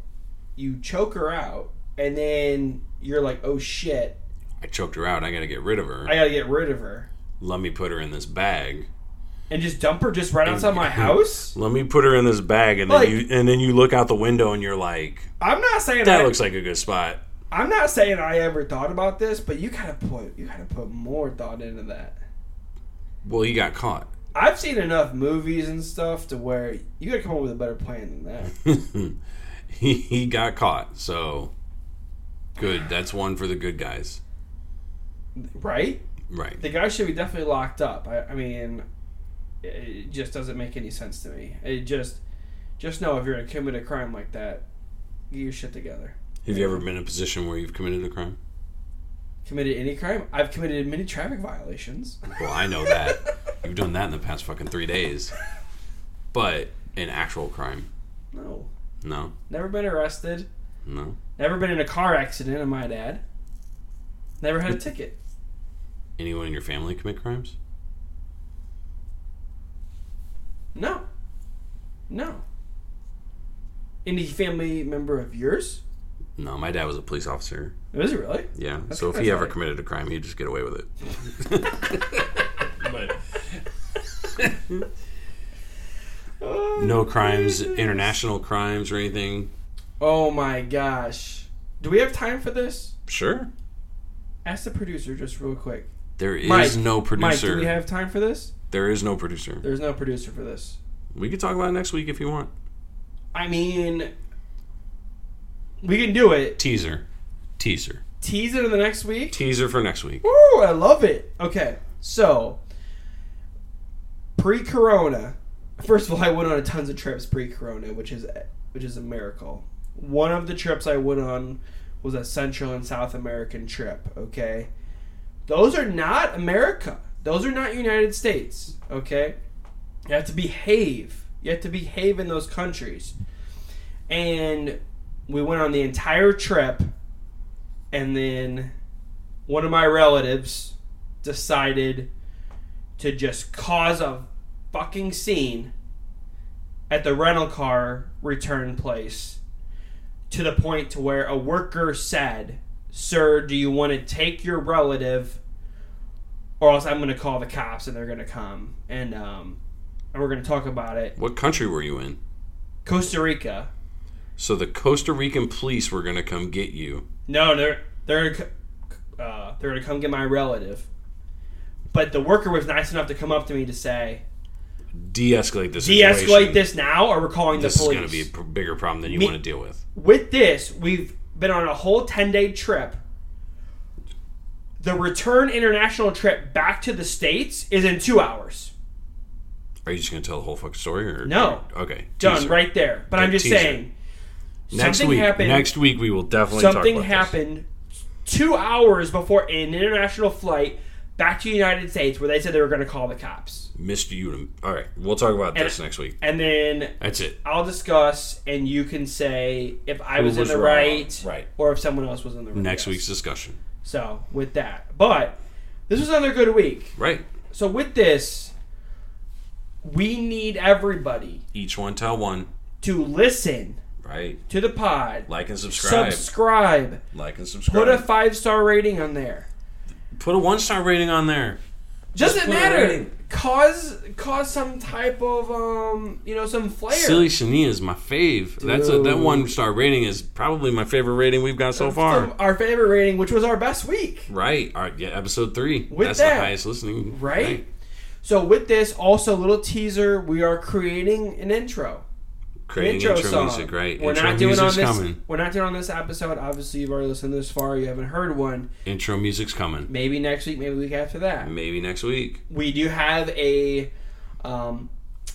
B: you choke her out, and then you're like, oh shit,
A: I choked her out. I gotta get rid of her.
B: I gotta get rid of her,
A: Let me put her in this bag.
B: and just dump her just right outside my house.
A: Let me put her in this bag, and
B: Like-
A: then you and then you look out the window and you're like,
B: I'm not saying
A: that
B: I,
A: looks like a good spot.
B: I'm not saying I ever thought about this, but you gotta put you gotta put more thought into that.
A: Well, he got caught.
B: I've seen enough movies and stuff to where you gotta come up with a better plan than that.
A: he, he got caught. So good. That's one for the good guys.
B: right?
A: Right.
B: The guy should be definitely locked up. I, I mean, it- it just doesn't make any sense to me. It just, just know if you're gonna commit a crime like that, get your shit together.
A: Have you ever been in a position where you've committed a crime?
B: Committed any crime? I've committed many traffic violations.
A: Well, I know that. You've done that in the past fucking three days. But an actual crime?
B: No,
A: No,
B: never been arrested.
A: no.
B: Never been in a car accident. I might add. Never had a ticket.
A: Anyone in your family commit crimes?
B: No, no. Any family member of yours?
A: No, my dad was a police officer.
B: Is it really?
A: Yeah.
B: That's
A: so if
B: kinda
A: he ever
B: tight.
A: committed a crime, he'd just get away with it. but no crimes, international crimes or anything.
B: Oh my gosh. Do we have time for this?
A: Sure.
B: Ask the producer just real quick.
A: There is
B: Mike,
A: no
B: Mike,
A: producer.
B: do we have time for this?
A: there is no producer.
B: There's no producer for this.
A: We could talk about it next week if you want.
B: I mean, we can do it.
A: Teaser. Teaser.
B: Tease it in the next week.
A: Teaser for next week.
B: Woo, I love it. Okay, so pre-corona, first of all, I went on tons of trips pre-corona, which is which is a miracle. One of the trips I went on was a Central and South American trip. Okay, those are not America. Those are not United States. Okay, you have to behave. You have to behave in those countries. And we went on the entire trip, and then one of my relatives decided to just cause a fucking scene at the rental car return place to the point to where a worker said, "Sir, do you want to take your relative or else I'm going to call the cops and they're going to come and um and we're going to talk about it."
A: What country were you in?
B: Costa Rica.
A: So the Costa Rican police were going to come get you.
B: No, they're they're They're going to come get my relative. But the worker was nice enough to come up to me to say,
A: De-escalate this.
B: de-escalate
A: situation.
B: this now, or we're calling
A: This
B: the
A: is
B: police.
A: going to be a p- bigger problem than you
B: Me-
A: want to deal with.
B: with this, we've been on a whole 10 day trip. The return international trip back to the States is in two hours.
A: Are you just going to tell the whole fucking story? Or,
B: No.
A: Okay.
B: Done
A: teaser.
B: right there. But I'm
A: Good
B: just
A: teaser.
B: saying,
A: Next
B: something
A: week.
B: happened.
A: Next week we will definitely
B: something
A: talk about this.
B: happened two hours before an international flight back to the United States where they said they were going to call the cops.
A: Missed you. All right, we'll talk about
B: And-
A: this next week.
B: And then
A: That's it.
B: I'll discuss, and you can say if I
A: Who
B: was,
A: was
B: in the
A: wrong.
B: right,
A: Right.
B: or if someone else was in the right.
C: Next
B: yes.
C: week's discussion.
B: So with that, but this was another good week.
A: Right.
B: So with this, we need everybody
A: Each one tell one.
B: to listen
A: Right.
B: to the pod,
A: Like and subscribe.
B: subscribe,
A: like and
B: put
A: subscribe.
B: a five star rating on there.
A: one star rating on there.
B: Doesn't
A: put a
B: matter.
A: rating.
B: Cause cause some type of um you know some flair.
A: Silly Shania is my fave. That's a, that
B: Dude.
A: one star rating is probably my favorite rating we've got so far.
B: Some- our favorite rating, which was our best week.
A: Right. All right. Yeah. Episode three.
B: With
A: That's
B: that.
A: the highest listening.
B: Right? So with this, also little teaser, we are creating an intro.
A: Creating
B: intro,
A: intro,
B: song.
A: music. Right.
B: We're
A: intro
B: not doing on
A: music's
B: this.
A: coming.
B: We're not doing on this episode. Obviously, you've already listened this far. You haven't heard one.
A: Intro music's coming.
B: Maybe next week. Maybe the week after that.
A: Maybe next week.
B: We do have a, um,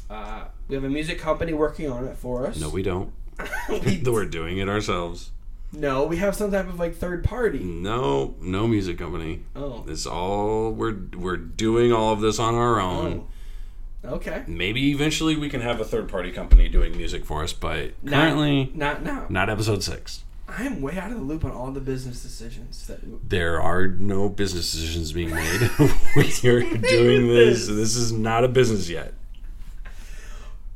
B: uh, we have a music company working on it for us.
A: No, we don't.
B: we
A: We're doing it ourselves.
B: no, we have some type of like third
A: Mm.
B: party.
A: No, no music company.
B: Oh,
A: It's all we're we're doing all of this on our own.
B: oh. okay.
A: Maybe eventually we can have a third party company doing music for us, but currently
B: not, not now.
C: Not episode six.
B: I'm way out of the loop on all the business decisions that
C: There are no business decisions being made when you're
A: doing
B: with
A: this.
B: this.
A: This is not a business yet.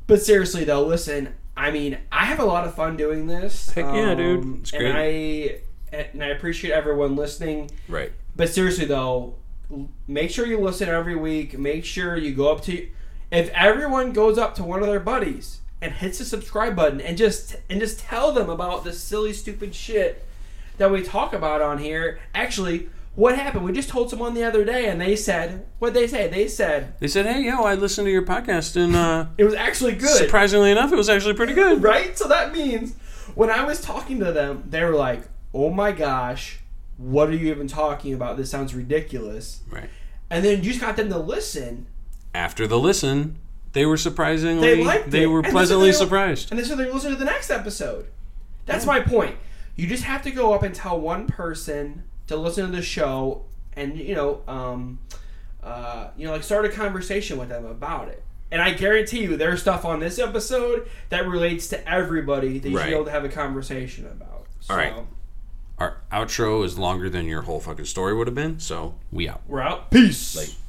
B: But seriously though, listen, I mean, I have a lot of fun doing this. um,
A: Heck yeah, dude. It's
B: and I and I appreciate everyone listening.
A: Right.
B: But seriously though, l- make sure you listen every week. Make sure you go up to if everyone goes up to one of their buddies and hits the subscribe button and just and just tell them about the silly stupid shit that we talk about on here. Actually, what happened? We just told someone the other day and they said what they say? They said
A: They said, "Hey, yo, I listened to your podcast, and uh,
B: it was actually good.
A: surprisingly enough, it was actually pretty good."
B: right? So that means when I was talking to them, they were like, "Oh my gosh, what are you even talking about? This sounds ridiculous."
A: Right.
B: And then you just got them to listen,
A: After the listen, they were surprisingly
B: They liked it,
A: were
B: and they said
A: pleasantly
B: they-
A: surprised.
B: and they said they're listening to the next episode. That's my point. You just have to go up and tell one person to listen to the show, and you know, um, uh, you know, like start a conversation with them about it. And I guarantee you, there's stuff on this episode that relates to everybody that you should
A: Right.
B: be able to have a conversation about. So,
A: All right. Our outro is longer than your whole fucking story would have been, so we out.
B: we're out. Peace.
A: Like-